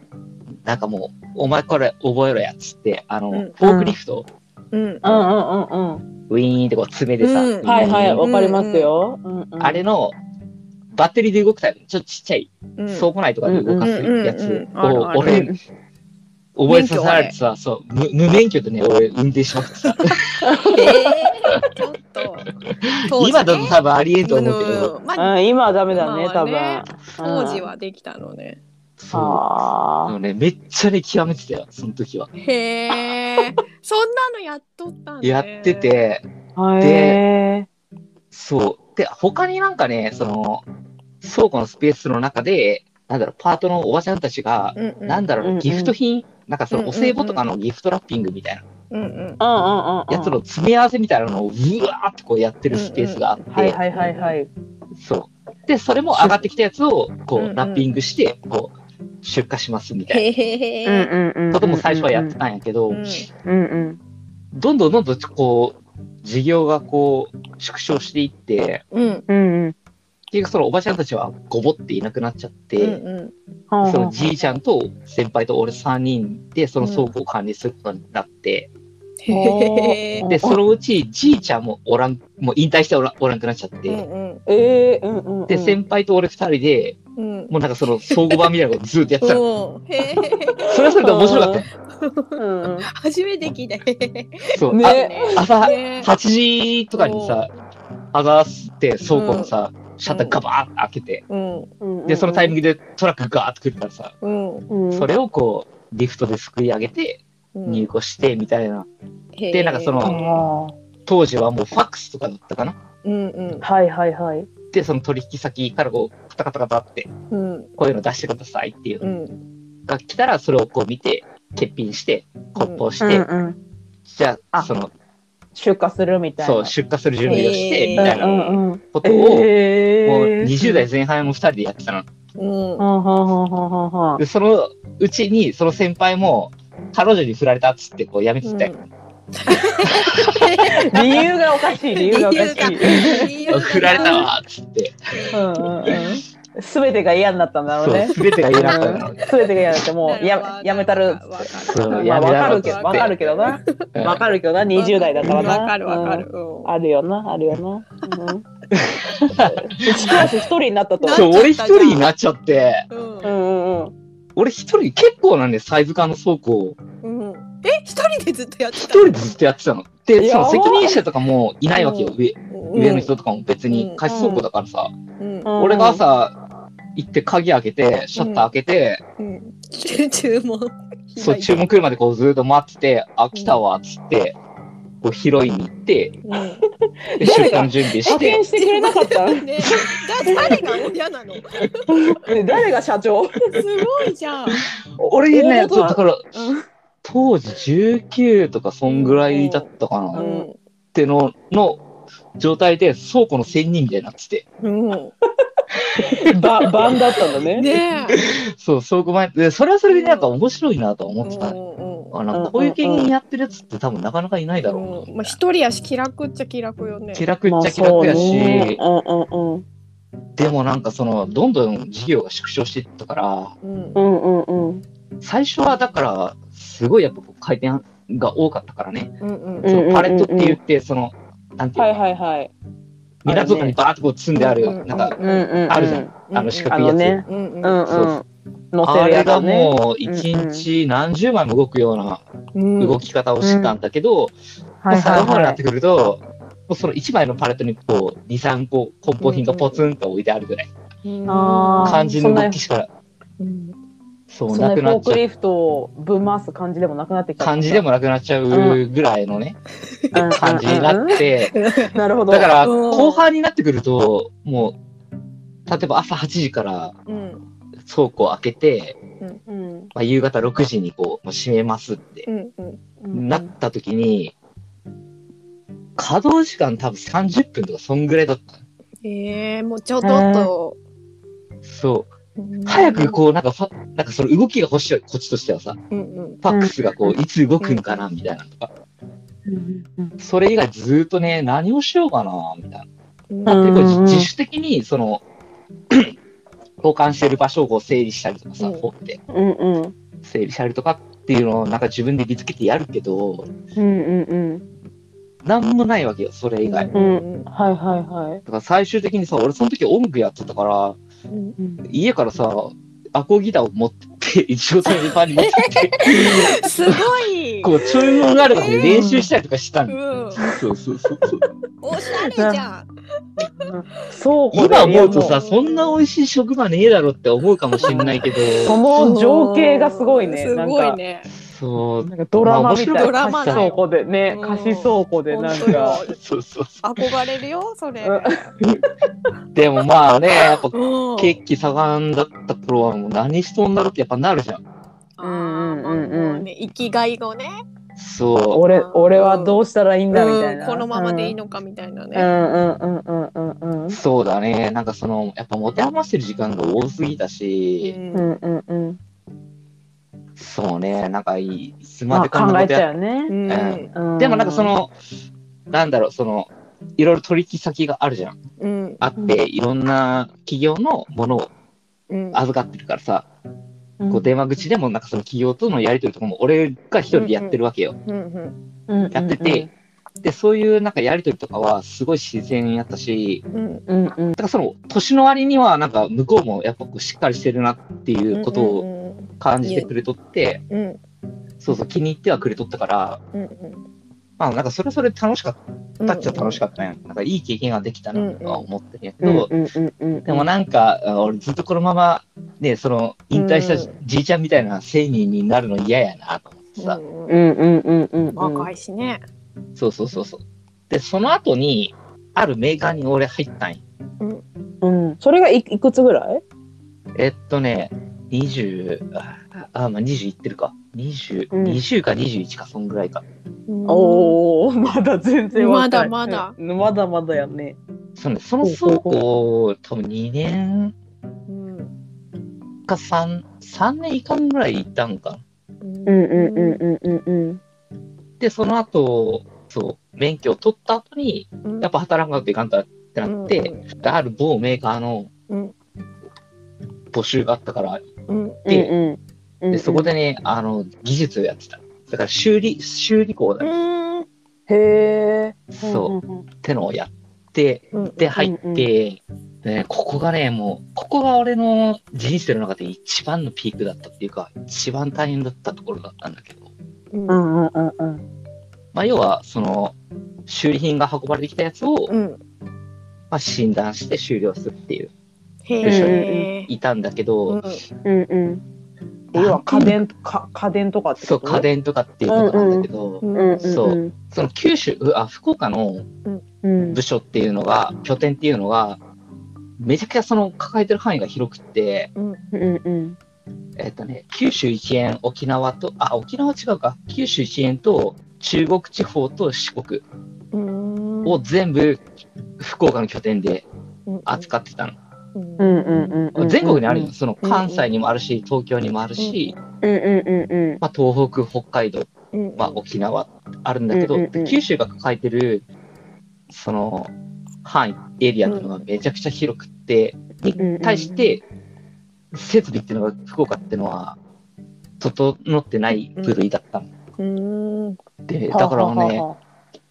Speaker 3: なんかもう、お前これ覚えろやっつって、あの、
Speaker 2: うん
Speaker 3: フォークリフト、
Speaker 2: うん
Speaker 1: うんうんうんうん。
Speaker 3: ウィーンってこう爪でさ、
Speaker 2: うん
Speaker 3: みんな
Speaker 1: は
Speaker 3: に
Speaker 1: いはい、
Speaker 2: うん
Speaker 1: わかりますよ。うんうん
Speaker 3: あれの、バッテリーで動くタイプ、ちょっとちっちゃい、
Speaker 2: うん
Speaker 3: 倉庫内とかで動かすや
Speaker 2: うんうん
Speaker 3: つ
Speaker 2: うんある
Speaker 3: を
Speaker 2: あ、る
Speaker 3: 俺、覚えさ
Speaker 2: 免
Speaker 3: せられ
Speaker 2: 許あれ
Speaker 3: てさ、そう、無無免許でね、俺運転しまくって さ、
Speaker 2: えーちょっと当時ね
Speaker 3: 今だと多分ありえんと思うけど、
Speaker 2: うんまあ
Speaker 1: うん、今はダメだね、
Speaker 2: 今は
Speaker 1: 多分
Speaker 2: ね。当時
Speaker 1: は。
Speaker 2: はできたのね
Speaker 3: そう。あ
Speaker 1: あ
Speaker 3: のね、めっちゃね、極めてたよ、その時は。
Speaker 2: へえそんなのやっとったんだね
Speaker 3: やってて、
Speaker 1: あ。へえ。
Speaker 3: そう。で、他になんかね、その、倉庫のスペースの中で、なんだろう、パートのおばちゃんたちが、
Speaker 2: うんうん
Speaker 3: なんだ
Speaker 1: うん
Speaker 3: ろ
Speaker 1: うん
Speaker 3: う、ギフト品、なんかそ
Speaker 2: うんうんう
Speaker 3: のお
Speaker 2: ん
Speaker 3: 歳暮とかのギフトラッピングみたいな
Speaker 2: うんうん
Speaker 1: うんうんうんうん。
Speaker 3: やつの詰め合わせみたいなのを、うわーってこうやってるスペースがあっ
Speaker 1: はい
Speaker 3: て、
Speaker 1: はいはいはい。
Speaker 3: そう。で、それも上がってきたやつを、こ
Speaker 2: うんうん
Speaker 3: う、ラッピングして、こう、出荷しますみた
Speaker 2: へ
Speaker 3: い
Speaker 2: へ
Speaker 1: うん
Speaker 2: へ
Speaker 1: うんうん。
Speaker 3: なことも最初はやってたんやけど、
Speaker 2: うん
Speaker 1: うんうん。
Speaker 3: どんどんどんどんこう、事業がこう、縮小していって、
Speaker 2: うん
Speaker 1: うんうん。
Speaker 3: 結局そのおばちゃんたちはごぼっていなくなっちゃっ
Speaker 2: う
Speaker 3: て、
Speaker 2: ん
Speaker 1: ほう
Speaker 3: そ
Speaker 1: ほう
Speaker 3: のじいちゃんと先輩と俺3人でその倉庫を管理することになって、
Speaker 2: へへへ
Speaker 1: うん
Speaker 3: で、そのうちじいちゃんもおらん、もう引退しておらおらんくなっちゃって、
Speaker 2: うん
Speaker 1: ええ、うんうんうん。
Speaker 3: で、先輩と俺2人
Speaker 2: うんう
Speaker 3: で、
Speaker 2: ん
Speaker 3: もうなんかその相互版みたいなことずっとやってたの。
Speaker 2: うんへへへ
Speaker 3: それはそれで面白かったよ。
Speaker 1: うんうん。
Speaker 2: 初めて聞いたへへへ
Speaker 3: そう、
Speaker 1: ね
Speaker 3: あ朝
Speaker 2: ね
Speaker 3: 8時とかにさ、剥がして倉庫のさ、シャッターガバーって開けて、
Speaker 2: うん
Speaker 3: で、そのタイミン
Speaker 1: グ
Speaker 3: グでトラックガーって来るからさ、
Speaker 2: うん
Speaker 3: それをこう、リフトですくい上げて、
Speaker 2: うん
Speaker 3: 入庫してみたいな。でなんかその
Speaker 2: へー
Speaker 3: 当時はもうファックスとかだったかな。
Speaker 2: うんうん
Speaker 1: はいはいはい。
Speaker 3: で、その取引先からこう、カタカタカタって、
Speaker 2: うん
Speaker 3: こういうの出してくださいっていう
Speaker 2: う
Speaker 3: の
Speaker 2: ん
Speaker 3: が来たら、それをこう見て、欠品して、梱包して、
Speaker 1: うん、
Speaker 3: じゃあ、
Speaker 1: あ
Speaker 3: その、
Speaker 1: 出荷するみたいな。
Speaker 3: そう、出荷する準備をして、
Speaker 2: へー
Speaker 3: み
Speaker 1: うん
Speaker 3: たいな
Speaker 1: うんうん。
Speaker 3: ことを、もう
Speaker 1: え
Speaker 3: 20代前半も2人でやってたの。
Speaker 2: うん
Speaker 1: はんはんはんはんはんはん
Speaker 3: で、そのうちに、その先輩も、彼女に振られたっつって、こう、やめてたよ。
Speaker 1: 理由がおかしい理由がおかしい。
Speaker 2: 理由が
Speaker 3: 振られたわっつって。
Speaker 1: うんうんうん。すべてが嫌になったんだろう
Speaker 3: そう、
Speaker 1: ね。
Speaker 3: すべてが言えなかったの。
Speaker 1: すべてが嫌になってもうややめたる。
Speaker 2: わか
Speaker 3: そう
Speaker 1: まあわ
Speaker 3: やめ
Speaker 1: か
Speaker 3: た
Speaker 1: る
Speaker 3: ろ
Speaker 1: け
Speaker 3: つ
Speaker 1: ど
Speaker 3: って
Speaker 1: わかるけどな。
Speaker 3: うん
Speaker 1: わかるけどな。20代だからな。
Speaker 2: わかるわかる。
Speaker 1: うん。あるよなあるよな。うん 一クラス一人になったと。
Speaker 2: なっちゃ
Speaker 3: そう、
Speaker 2: った
Speaker 3: 俺一人になっちゃって、
Speaker 2: うん
Speaker 1: うんうんうん。
Speaker 3: 俺一人、結構なんで、サイズ感の倉庫を
Speaker 2: うんえ一人でずっとやって
Speaker 3: 一
Speaker 2: たの
Speaker 3: 人でずっとやってたの。で、
Speaker 1: や
Speaker 3: その
Speaker 1: ば
Speaker 3: 責任者とかもいないわけよ、上
Speaker 2: うん
Speaker 3: 上の人とかも別に貸し倉庫だからさ。
Speaker 2: うん
Speaker 3: 俺が朝行って鍵開けて、シャッター開けて、
Speaker 2: うん注文
Speaker 3: そう、注文来るまでこうずーっと待ってて、あ、来たわ、っつって、こう拾いに行って、
Speaker 2: うん
Speaker 3: で
Speaker 1: 誰
Speaker 3: 出
Speaker 1: が
Speaker 3: 荷の準備し
Speaker 1: 派
Speaker 3: て
Speaker 1: 遣、してくれなかったの
Speaker 2: ねじゃあ誰が親なのす
Speaker 1: ね誰が社長
Speaker 2: ごいじゃん
Speaker 3: 俺
Speaker 1: 大
Speaker 3: ね、
Speaker 1: 元
Speaker 3: そう
Speaker 1: は
Speaker 3: だから、当時19とかそんぐらいだったか
Speaker 2: う
Speaker 3: なっ
Speaker 2: ん
Speaker 3: てのの状態で倉庫の1000人みたいになってて、
Speaker 2: うん
Speaker 1: ば番だったんだね。
Speaker 2: ねえ
Speaker 3: そう、倉庫前で、それはそれでなんか面白いなとは思ってた。
Speaker 2: うん
Speaker 3: あなんかこういう芸人やってるやつって多分なかなかいないだろうな
Speaker 2: うんまあ一人やし気楽っちゃ気楽よね
Speaker 3: 気楽っ
Speaker 1: ま
Speaker 3: ち
Speaker 1: あ
Speaker 3: ゃ気楽やし、
Speaker 1: ねうんうんうん。
Speaker 3: でもなんかそのどんどん事業が縮小していったから
Speaker 2: うん
Speaker 1: うんうんうん。
Speaker 3: 最初はだからすごいやっぱこう回転が多かったからね、
Speaker 2: うん
Speaker 1: うん
Speaker 3: そ
Speaker 1: うんうん
Speaker 3: のパレットって言ってそのなんていう
Speaker 1: は
Speaker 3: の、
Speaker 1: いはいはい。
Speaker 3: 港とかにバーッとこう積んである、
Speaker 2: うん
Speaker 3: なんか
Speaker 1: うんうんうん。
Speaker 3: あるじゃんあの四
Speaker 1: あ
Speaker 3: 角い
Speaker 1: の
Speaker 3: や
Speaker 1: ね。
Speaker 3: つ、
Speaker 2: うんうん
Speaker 1: うんうん。乗せ
Speaker 3: あ
Speaker 1: る
Speaker 3: れ
Speaker 1: やつ
Speaker 3: が
Speaker 1: ね。
Speaker 3: もう一日何十枚も動くような
Speaker 2: うん
Speaker 3: 動き方をしてたんだけど、もう
Speaker 1: はいは
Speaker 3: 最
Speaker 1: い
Speaker 3: 後にな
Speaker 1: は
Speaker 3: ってくると、もうその1枚のパレットにこう2、3個梱包品がポツンと置いてあるぐらい、
Speaker 2: うん
Speaker 1: あー
Speaker 3: 肝心の動きしか
Speaker 2: うん
Speaker 3: そう
Speaker 1: い。そん
Speaker 3: な
Speaker 1: なフ
Speaker 3: くな
Speaker 1: ォ
Speaker 3: っ
Speaker 1: ー
Speaker 3: ちゃ
Speaker 1: ク
Speaker 3: う
Speaker 1: リフトをぶん回す感じでもなくなってきた。
Speaker 3: 感じでもなくなっちゃうぐらいのね、感じにな
Speaker 1: る。
Speaker 3: って、
Speaker 1: なるほど。
Speaker 3: だから
Speaker 2: うん
Speaker 3: 後半になってくると、もう、例えば朝8時から
Speaker 2: うん
Speaker 3: 倉庫を開けて、
Speaker 1: うん、
Speaker 3: まあ、夕方6時にこう、もう閉めますって
Speaker 2: うんうん
Speaker 1: うん
Speaker 3: なった時に、稼働時間多分30分とかそんぐらいだった。
Speaker 2: ええもうちょっと
Speaker 3: そう。早くこう、なんかファ、なんかその動きが欲しい、こっちとしてはさ、
Speaker 2: うんうん
Speaker 3: ファックスがこう、いつ動くんかな、みたいなのとか。それ以外ずーっとね、何をしようかな、みたいな。
Speaker 2: うん
Speaker 1: うん
Speaker 3: 結構自自主的にその 保管してる場所をこう整理したりとかさ、
Speaker 2: うん
Speaker 3: 掘って
Speaker 1: うんうん
Speaker 3: 整理したりとかっていうのをなんか自分で見つけてやるけ
Speaker 1: う
Speaker 3: ど
Speaker 1: んうんうん
Speaker 3: なんもないわけよそれ以外、
Speaker 2: うんうん
Speaker 1: はいはいはい。
Speaker 3: だから最終的にさ俺その時音楽やってたから
Speaker 2: うん
Speaker 3: 家からさアコギターを持って って一応そのパンに持ってって
Speaker 2: すごい
Speaker 3: こうちょいもんがあるからね練習したりとかした
Speaker 2: う
Speaker 3: の、
Speaker 2: ん
Speaker 3: そうそうそうそう
Speaker 2: おしゃれじゃん
Speaker 1: そう
Speaker 3: 今思うとさ
Speaker 2: もう
Speaker 3: そんな美味しい職場ねえだろって思うかもしれないけど
Speaker 1: その情景がすごいね。
Speaker 2: すごいね
Speaker 3: そう
Speaker 1: なんかドラマみたいな
Speaker 2: まあ面白いドラマ
Speaker 1: 貸し
Speaker 2: だ
Speaker 1: 倉
Speaker 2: よ
Speaker 1: 庫でね
Speaker 2: うん
Speaker 1: 貸し倉庫でなん
Speaker 2: 本当よ
Speaker 1: か
Speaker 3: そうそうそ
Speaker 2: 憧れるよそれ
Speaker 1: うん
Speaker 3: うでもまあねやっぱ
Speaker 2: うん
Speaker 3: 血気盛んだった頃はもう何しとんだろってやっぱなるじゃん。
Speaker 2: あーまあ
Speaker 1: うんうんうん
Speaker 2: もうね生きがいをね
Speaker 3: そ
Speaker 1: 俺俺はどうしたらいいんだみたいな。
Speaker 2: うんこのままでいい
Speaker 1: の。
Speaker 2: のかみたいな
Speaker 1: う
Speaker 2: ね
Speaker 1: んうんうんうんうんうん
Speaker 3: う。そうだね。なんかその、やっぱ持て余してる時間が多すぎた
Speaker 2: う
Speaker 3: し、
Speaker 1: うんんうんうん。
Speaker 3: そうね、なんかいい、いつま
Speaker 1: ま
Speaker 3: で
Speaker 1: あ
Speaker 3: こんな
Speaker 1: 考
Speaker 3: こ
Speaker 1: えち
Speaker 3: と
Speaker 1: ゃ
Speaker 3: や
Speaker 1: うよね。
Speaker 2: うん
Speaker 3: うん
Speaker 1: う
Speaker 3: でもなんかそ。の、なんだろう、その、いろいろ取引先があるじゃん。
Speaker 2: うん
Speaker 3: あって、いろんな企業のものを
Speaker 2: うん
Speaker 3: 預かってるからさ、
Speaker 1: うん
Speaker 3: こう電話口でもなんかその企業とのやり取りとかも俺が一人でやってるわけよ。
Speaker 2: うん
Speaker 3: やってて。、で、そういうなんかやり取りとかはすごい自然やったし、
Speaker 2: うん
Speaker 1: うんうんうん
Speaker 3: だからその年の割にはなんか向こうもやっぱこうしっかりしてるなっていうことを感じてくれとって、
Speaker 2: うん
Speaker 3: そうそう気に入ってはくれとったから
Speaker 2: うんうん
Speaker 3: まあなんかそれはそれ楽しかったっちゃ楽しかったんや、なんかいい経験ができたなとは思ってるんやけど、でもなんか、あ俺ずっとこのまま、ね、その、引退したじじいちゃんみたいな生人になるの嫌やなと思ってさ。
Speaker 2: うん
Speaker 1: うんうんうんうんうん
Speaker 2: 若いしね。
Speaker 3: そうそうそうそう。で、その後に、あるメーカーに俺入ったんよ。
Speaker 1: うんそれがいいくつぐらい
Speaker 3: えっとね、20、ああ、まあ20いってるか。20、
Speaker 1: うん
Speaker 3: 20か21か、そんぐらいか。
Speaker 1: お
Speaker 2: お。
Speaker 1: おまだ全然若い
Speaker 2: まだまだ
Speaker 1: うんまだまだやね
Speaker 3: そのねその倉庫、多分2年
Speaker 2: うん。
Speaker 3: か3、3年いかんぐらいいたんかな。
Speaker 1: うんうんうんうんうんうん
Speaker 3: で、その後、そう、免許を取った後に、
Speaker 2: うん
Speaker 3: やっぱ働かなきゃいかんとってなって、である某メーカーの
Speaker 2: うん
Speaker 3: 募集があったから、
Speaker 2: うん
Speaker 3: で
Speaker 1: うんうん
Speaker 3: でそこでね、あの、技術をやってた。だから修理、修理工だ、
Speaker 2: うん
Speaker 1: へえ
Speaker 3: そう、
Speaker 1: うん
Speaker 3: ってのをやって、
Speaker 2: うん
Speaker 3: で、入って、
Speaker 1: うんうん
Speaker 3: でね、ここがね、もう、ここが俺の人生の中で一番のピークだったっていうか、一番大変だったところだったんだけど、
Speaker 2: うん
Speaker 1: うんうんうんうん
Speaker 3: まあ、要は、その、修理品が運ばれてきたやつを、
Speaker 2: うん
Speaker 3: まあ、診断して終了するっていう、
Speaker 2: へえ。
Speaker 3: いたんだけど、
Speaker 2: うん
Speaker 1: うんうん要は家電か家電とかって
Speaker 3: そう、
Speaker 1: こと
Speaker 3: 家電とかっていうことなんだけど、
Speaker 2: うん
Speaker 1: うんうん
Speaker 3: そ
Speaker 1: うん
Speaker 3: その九州、うあ、福岡の
Speaker 1: うん
Speaker 3: 部署っていうのが、拠点っていうのが、めちゃくちゃその抱えてる範囲が広くって、
Speaker 2: うん
Speaker 1: うんうん
Speaker 3: えっ、とね、九州一円、沖縄と、あ、沖縄は違うか、九州一円と中国地方と四国
Speaker 2: うん
Speaker 3: を全部福岡の拠点で扱ってたの。
Speaker 2: うん
Speaker 1: うんうんうん
Speaker 3: 全国にあるよ。
Speaker 1: ん
Speaker 3: その関西にもあるし、東京にもあるし、
Speaker 1: うんうんうんうん
Speaker 3: まあ、東北、北海道、
Speaker 2: うん
Speaker 3: まあ、沖縄あるんだけど、
Speaker 1: うんうんうん
Speaker 3: 九州が抱えてるその範囲エリアっていうのがめちゃくちゃ広くって、
Speaker 1: んうん
Speaker 3: に対して設備っていうのが福岡っていうのは整ってない部類だったん
Speaker 2: うん
Speaker 3: で、だからね
Speaker 1: は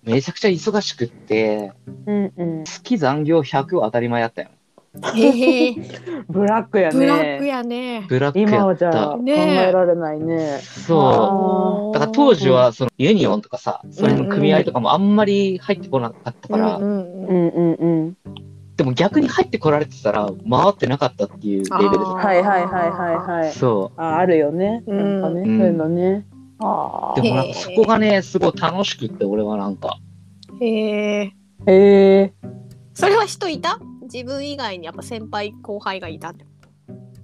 Speaker 3: めちゃくちゃ忙しくって
Speaker 1: あはあはあうん
Speaker 3: 月残業100は当たり前やったよ
Speaker 2: へえ
Speaker 1: うんブラックやね
Speaker 2: ブラックやね
Speaker 3: ブラック
Speaker 1: 今
Speaker 3: や
Speaker 1: は
Speaker 3: っ
Speaker 1: じゃあ
Speaker 3: た
Speaker 1: 考
Speaker 2: ねえ
Speaker 1: えられないね
Speaker 3: そう
Speaker 1: あ
Speaker 3: だから当時はそのユニオンとかさそれの組合とかもあんまり入ってこなかったから、
Speaker 2: うんうん
Speaker 1: うんうんうん
Speaker 3: でも逆に入ってこられてたら回ってなかったっていうレベルだっ
Speaker 1: はいはいはいはいは
Speaker 3: た
Speaker 1: い
Speaker 3: そう
Speaker 1: ああるよねなんかね
Speaker 3: うん
Speaker 1: そういうのねあ
Speaker 3: で
Speaker 1: あ
Speaker 3: もなんかそこがね、すごい楽しくって、俺はなんか。
Speaker 2: へえ
Speaker 1: へえ
Speaker 2: それは人いた自分以外にやっぱ先輩後輩がいたって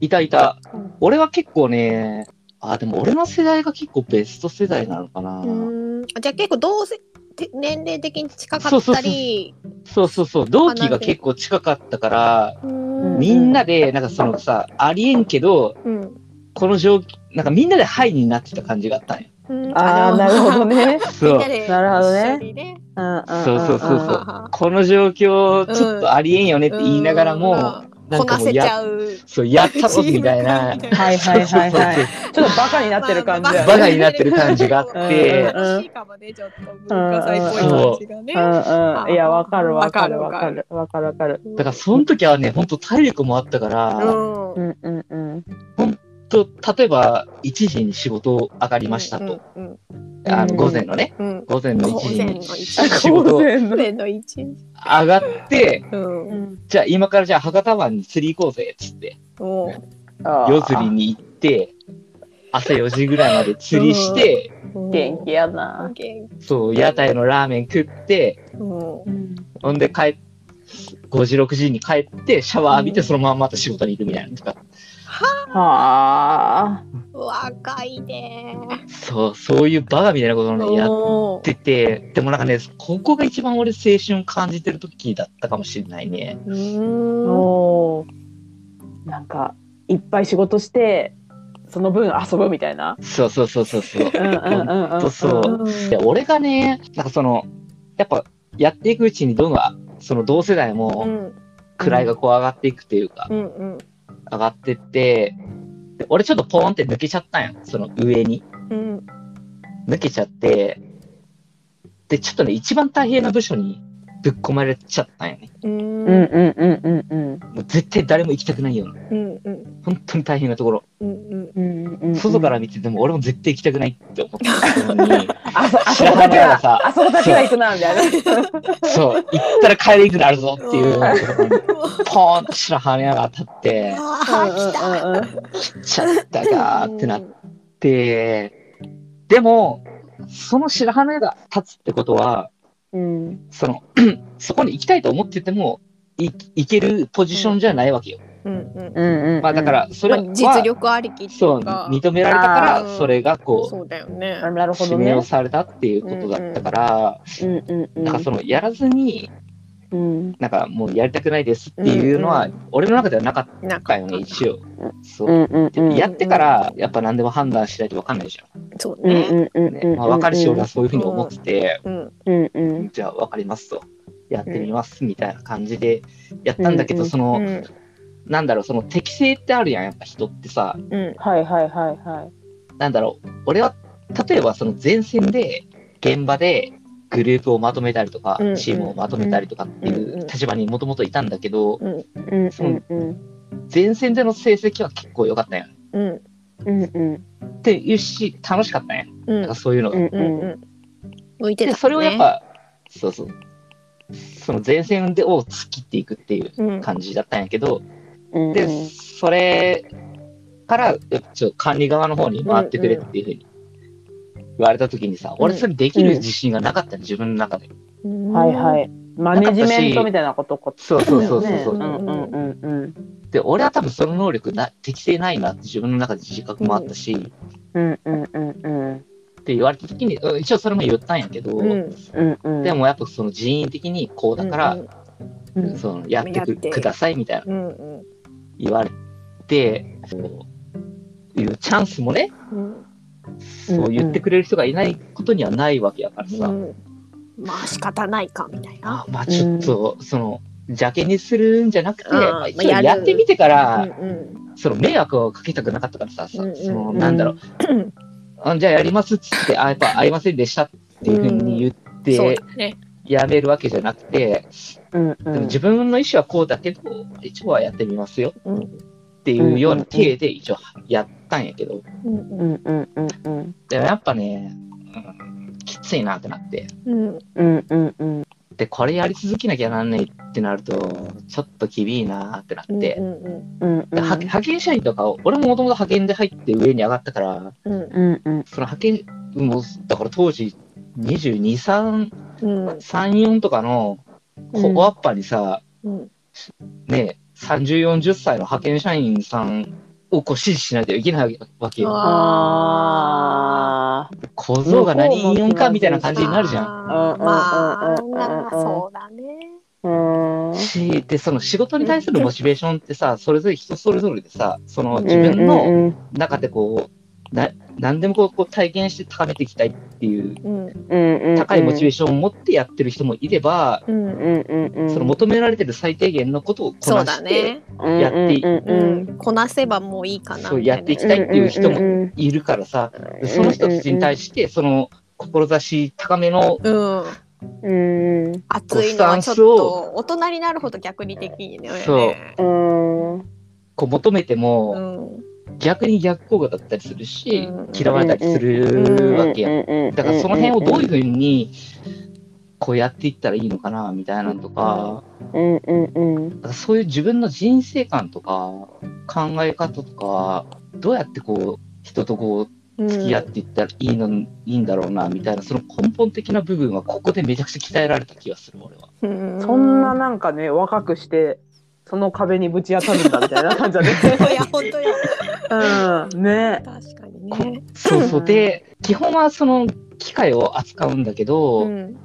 Speaker 3: いたいた
Speaker 2: うん。
Speaker 3: 俺は結構ね、あ、でも俺の世代が結構ベスト世代なのかな。
Speaker 2: うんじゃあ結構どうせて年齢的に近かったり
Speaker 3: そうそうそう、同期が結構近かったから、
Speaker 1: うん
Speaker 3: みんなで、なんかそのさ、ありえんけど、
Speaker 2: うん
Speaker 3: この状況、なんかみんなでハイになってた感じがあったんよ。
Speaker 2: うん
Speaker 1: ああなるほど ね
Speaker 3: そう。
Speaker 1: なるほどね
Speaker 2: ね
Speaker 1: うんうん
Speaker 3: そうそうそうそ
Speaker 1: ん
Speaker 3: う。この状況、ちょっとありえんよねって言いながらも、なん
Speaker 2: こな
Speaker 3: かもう
Speaker 2: せち
Speaker 3: や、
Speaker 2: ゃう
Speaker 3: そう、やったぞみたい な。
Speaker 2: チーム感みたい
Speaker 1: はいはいはいはい
Speaker 3: そうそうそ
Speaker 1: ちょ
Speaker 3: う
Speaker 1: っとバカになってる感じや
Speaker 3: バカになってる感じがあって
Speaker 1: うんうん
Speaker 2: 楽しいかもね、ちょっと文化祭っぽい感じがね。
Speaker 1: うんうんいやわかるわかる
Speaker 2: わ
Speaker 1: わ
Speaker 2: か
Speaker 1: か
Speaker 2: る
Speaker 1: るわかるわかる
Speaker 3: だからその時はね、ほんと体力もあったから、
Speaker 2: うん
Speaker 1: うんうんうん
Speaker 3: と、例えば、1時に仕事上がりましたと。。
Speaker 2: うん
Speaker 1: ん
Speaker 3: あ
Speaker 1: う
Speaker 3: の、
Speaker 1: ん
Speaker 3: 午前のね、
Speaker 2: うん。
Speaker 3: 午前の1時
Speaker 2: 午前の
Speaker 3: に
Speaker 2: 1時
Speaker 3: 仕事上
Speaker 1: の
Speaker 2: 船の位置。
Speaker 3: がって、
Speaker 2: うん。
Speaker 3: じゃあ今からじゃあ博多湾に釣り行こうぜ、つって、
Speaker 2: お
Speaker 3: 夜釣りに行って、朝4時ぐらいまで釣りして、
Speaker 1: 元気やな
Speaker 2: 元
Speaker 3: そう、屋台のラーメン食って、
Speaker 2: 気。うん。
Speaker 3: ほんで帰っ5時、6時に帰って、シャワー浴びて、そのまままた仕事に行くみたいなのとか、
Speaker 1: はあ
Speaker 2: 若いね。
Speaker 3: そう、そういうバカみたいなことをね、やっ
Speaker 2: お
Speaker 3: てて、でもなんかね、ここが一番俺青春感じてる時だったかもしれないね。
Speaker 2: うん。
Speaker 1: おーなんかいっぱい仕事してその分遊ぶみたいな。
Speaker 3: そうそうそうそうそう。
Speaker 1: うんうんうんうん
Speaker 3: ほんとそうう。で、俺がね、なんかその、やっぱやっていくうちにどんどん、その同世代
Speaker 2: う
Speaker 3: も
Speaker 2: ん。
Speaker 3: 位がこう上がっていくというか、
Speaker 2: うん。うん。
Speaker 3: 上がってって、で俺ちょっとポーンって抜けちゃったんや、その上に。
Speaker 2: うん。
Speaker 3: 抜けちゃって、で、ちょっとね、一番大変な部署にぶっ込まれちゃったんやね。
Speaker 2: う
Speaker 1: う
Speaker 2: ん
Speaker 1: んうんうんうん
Speaker 3: もう絶対誰も行きたくないような、
Speaker 2: うんうん
Speaker 3: 本当に大変なところ。
Speaker 2: うんうん
Speaker 1: うんうんうん。
Speaker 3: 外から見てても俺も絶対行きたくないって思ったのに、
Speaker 1: あそあそ
Speaker 3: 知ら
Speaker 1: こだ
Speaker 3: ない
Speaker 1: け
Speaker 3: から
Speaker 1: は
Speaker 3: さ、
Speaker 1: あそこだけは行くなみたいな。
Speaker 3: そう、行ったら帰りぐらいあるぞっていう
Speaker 2: う
Speaker 3: よ
Speaker 2: ん
Speaker 3: うなところに、ポーンと白羽ねが当たって、
Speaker 2: あ
Speaker 1: うんうんうん
Speaker 3: 来ちゃったか
Speaker 2: ー
Speaker 3: ーってなって、でも、その白羽ねが立つってことは、
Speaker 1: うん
Speaker 3: その、 そこに行きたいと思ってても、い行けるポジションじゃないわけよ。
Speaker 2: うんうん
Speaker 1: うんうん。
Speaker 3: まあだか。ら、それ
Speaker 2: まあ
Speaker 3: は、
Speaker 2: 実力ありきってい
Speaker 3: そう、
Speaker 2: うか
Speaker 3: 認められたか
Speaker 2: あ
Speaker 3: ら、
Speaker 2: ー
Speaker 3: それがこ
Speaker 2: そうだよね
Speaker 1: あなる
Speaker 3: う、
Speaker 1: ほ
Speaker 3: 指
Speaker 1: ど
Speaker 3: 名
Speaker 1: ね
Speaker 3: を。されたっていうことだったから、
Speaker 1: うんうんうん。
Speaker 3: なんかその、やらずに、
Speaker 1: うん
Speaker 3: なんかもうやりたくないですっていうのは、俺の中ではなかっ
Speaker 2: なん
Speaker 3: た
Speaker 2: か
Speaker 3: よね、一応。そうう。
Speaker 1: んうんうん。
Speaker 3: やってから、やっぱ何でも判断しないと分かんないじゃ
Speaker 2: そう
Speaker 1: うん
Speaker 2: ね
Speaker 1: うんうん
Speaker 3: ん。
Speaker 1: うん。
Speaker 3: ねまあ、分かるし、俺はそういうふうに思ってて、
Speaker 2: うん
Speaker 1: うんうん。
Speaker 3: じゃあ分かりますと、やってみますみたいな感じでやったんだけ
Speaker 1: うん
Speaker 3: ど、
Speaker 1: うん
Speaker 3: そうの、
Speaker 2: ん
Speaker 3: なんだろう、その適性ってあるやん、やっぱ人ってさ、
Speaker 2: うん
Speaker 1: はいはいはいはい。
Speaker 3: なんだろう、俺は、例えばその前線で、現場で、グループをまとめたりとか
Speaker 2: うんうん、
Speaker 3: チームをまとめたりとかっていう立場にもともといたんだけど、
Speaker 1: うんうんうん。
Speaker 3: 前線での成績は結構良かったよね。
Speaker 2: うん
Speaker 1: うんうん
Speaker 3: っていうし、楽しかったね。
Speaker 2: う
Speaker 3: なん
Speaker 2: ん
Speaker 3: かそういうのが。
Speaker 1: うん
Speaker 2: うん
Speaker 1: うん。
Speaker 2: うん向いて
Speaker 3: で、
Speaker 2: た
Speaker 3: それをやっぱ、そうそう、その前線でを突っ切っていくっていう
Speaker 2: うん
Speaker 3: 感じだったんやけど、
Speaker 1: うんうん
Speaker 3: で、それから、ちょっと管理側の方に回ってくれっていうふうに言われたときにさ、俺それできる自信がなかったの、自分の中で。
Speaker 1: はいはいい。マネジメントみたいなことこ
Speaker 3: そうそうそう
Speaker 1: ね
Speaker 3: そうそう、
Speaker 1: んうんうんうん。
Speaker 3: で、俺は多分その能力な、適正ないなって自分の中で自覚もあったし、
Speaker 1: うんうんうん
Speaker 3: って言われたときに、うん一応それも言ったんやけど、
Speaker 2: うん
Speaker 1: うんうん。
Speaker 3: でもやっぱその人員的にこうだから、
Speaker 1: うん
Speaker 3: そのやって
Speaker 2: やっ
Speaker 3: く
Speaker 2: て
Speaker 3: くださいみたいな
Speaker 2: うんうん
Speaker 3: 言われて、そういうチャンスもね、
Speaker 2: うん
Speaker 3: そう言ってくれる人がいないことにはないわけやからさ、
Speaker 2: うんまあ仕方ないかみたいな
Speaker 3: あまあちょっと、その邪気にするんじゃなくて、
Speaker 2: うん
Speaker 3: まあ一応
Speaker 2: まあやる
Speaker 3: やってみてか
Speaker 2: う
Speaker 3: ら、
Speaker 2: ん
Speaker 3: その迷惑をかけたくなかったからさ、そ
Speaker 2: うんうん
Speaker 3: そのな んだろう、あじゃあやりますっつって、あやっぱ会いませんでしたっていうふうに言っ
Speaker 2: うんそう
Speaker 3: て、
Speaker 2: だね
Speaker 3: やめるわけじゃなくて、
Speaker 1: うんう
Speaker 3: でも
Speaker 1: ん
Speaker 3: 自分の意思はこうだけど、一応はやってみますよ
Speaker 2: うん
Speaker 3: っていうような体で一応やったんやけど、
Speaker 2: うん
Speaker 1: うんうんうん
Speaker 3: でもやっぱね、うんきついなってなって、
Speaker 2: うん
Speaker 1: うんうんうん
Speaker 3: で、これやり続けなきゃなんないってなると、ちょっと厳しいなってなって、で
Speaker 2: うんうん
Speaker 1: うんうん
Speaker 3: 派派遣社員とかを、俺ももともと派遣で入って上に上がったから、
Speaker 2: うん
Speaker 1: うんうん
Speaker 3: その派遣、もう、だから当時、22、3、
Speaker 2: うん
Speaker 3: 3、4とかの、
Speaker 1: う
Speaker 3: こ
Speaker 1: ん
Speaker 3: う、アッパにさ、
Speaker 2: うん
Speaker 3: ね、30、40歳の派遣社員さんをこう支持しないといけないわけよ。
Speaker 2: あ
Speaker 1: あ
Speaker 3: 小僧が何言いよんかみたいな感じになるじゃん。
Speaker 1: ん
Speaker 2: まあ
Speaker 1: うんうんうんうんうん
Speaker 2: そうだね
Speaker 1: ーうーん
Speaker 3: し、で、その仕事に対するモチベーションってさ、それぞれ人それぞれでさ、その自分の中でこう、な何でもこうこう体験して高めていきたいっていう、
Speaker 2: うん
Speaker 3: 高いモチベー
Speaker 1: ーシ
Speaker 3: ションを持ってやってる人もいれば、
Speaker 2: うん
Speaker 1: ョン
Speaker 3: その求められてる最低限のことをこ
Speaker 2: そう
Speaker 3: な
Speaker 2: だ
Speaker 3: して、
Speaker 2: ね
Speaker 1: や
Speaker 2: うんこなせばもういいかな
Speaker 3: そうやっていき
Speaker 2: み
Speaker 3: た
Speaker 2: た
Speaker 3: い
Speaker 2: い
Speaker 3: っていう人もいるからさ、でその人たちに対
Speaker 1: して
Speaker 3: して、その志高めの、
Speaker 2: なう
Speaker 1: う
Speaker 2: ん
Speaker 1: んうん
Speaker 2: 熱いのはちょっと大人になるほど逆にできんのよね
Speaker 3: そう
Speaker 1: うん
Speaker 3: こう求めて
Speaker 2: う
Speaker 3: も、
Speaker 2: ん
Speaker 3: 逆に逆効果だったりするし
Speaker 2: うん、
Speaker 3: 嫌われたりするわけやんだからその辺をどういうふうにこうやっていったらいいのかなみたいなのとか、
Speaker 1: うんうんうん
Speaker 3: だからそういう自分の人生観とか考え方とかどうやってこう人とこ
Speaker 2: うん
Speaker 3: う付き合っていったらいいの、いいんだろうなみたいなその根本的な部分はここでめちゃくちゃ鍛えられた気がする俺は。
Speaker 2: うん
Speaker 1: そんななんかね若くしてその壁にぶち当たるんだみたいな感じだ
Speaker 2: い
Speaker 1: ね。
Speaker 2: や本当や
Speaker 1: うんね。
Speaker 2: 確かにね
Speaker 3: そうそううんで基本はその機械を扱うんだけど、
Speaker 2: うん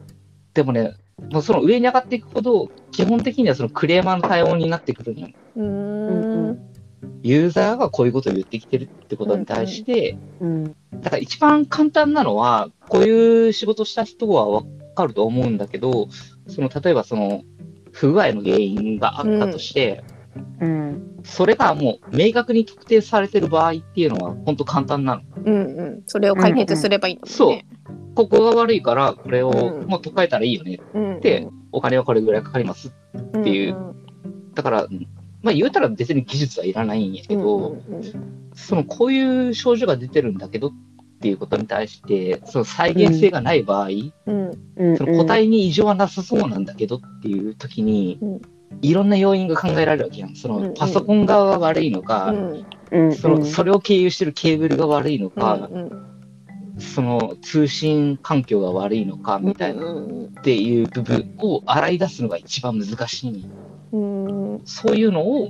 Speaker 3: でもねもうその上に上がっていくほど基本的にはそのクレーマーの対応になってくるのよ。
Speaker 2: うん
Speaker 3: ユーザーがこういうことを言ってきてるってことに対して、
Speaker 1: うん
Speaker 3: だから一番簡単なのは、こういう仕事した人はわかると思うんだけど、その例えばその不具合の原因があったとして、
Speaker 1: うん
Speaker 3: それがもう明確に特定されてる場合っていうのは本当簡単なの。
Speaker 2: うんうんそれを解決すればいいんだもんね
Speaker 3: ここが悪いからこれを
Speaker 2: うん
Speaker 3: もう解かれたらいいよねっ
Speaker 2: うん
Speaker 3: てお金はこれぐらいかかります。っていうだから、うんまあ言うたら別に技術はいらないんやけど、そのこういう症状が出てるんだけどっていうことに対して、その再現性がない場合、その個体に異常はなさそうなんだけどっていう時に、
Speaker 2: うん
Speaker 3: いろんな要因が考えられるわけやん。そ
Speaker 2: うんう
Speaker 3: の
Speaker 2: ん
Speaker 3: パソコン側が悪いのか、そのそれを経由してるケーブルが悪いのか、その通信環境が悪いのかみたいなっていう部分を洗い出すのが一番難しい。そういうのを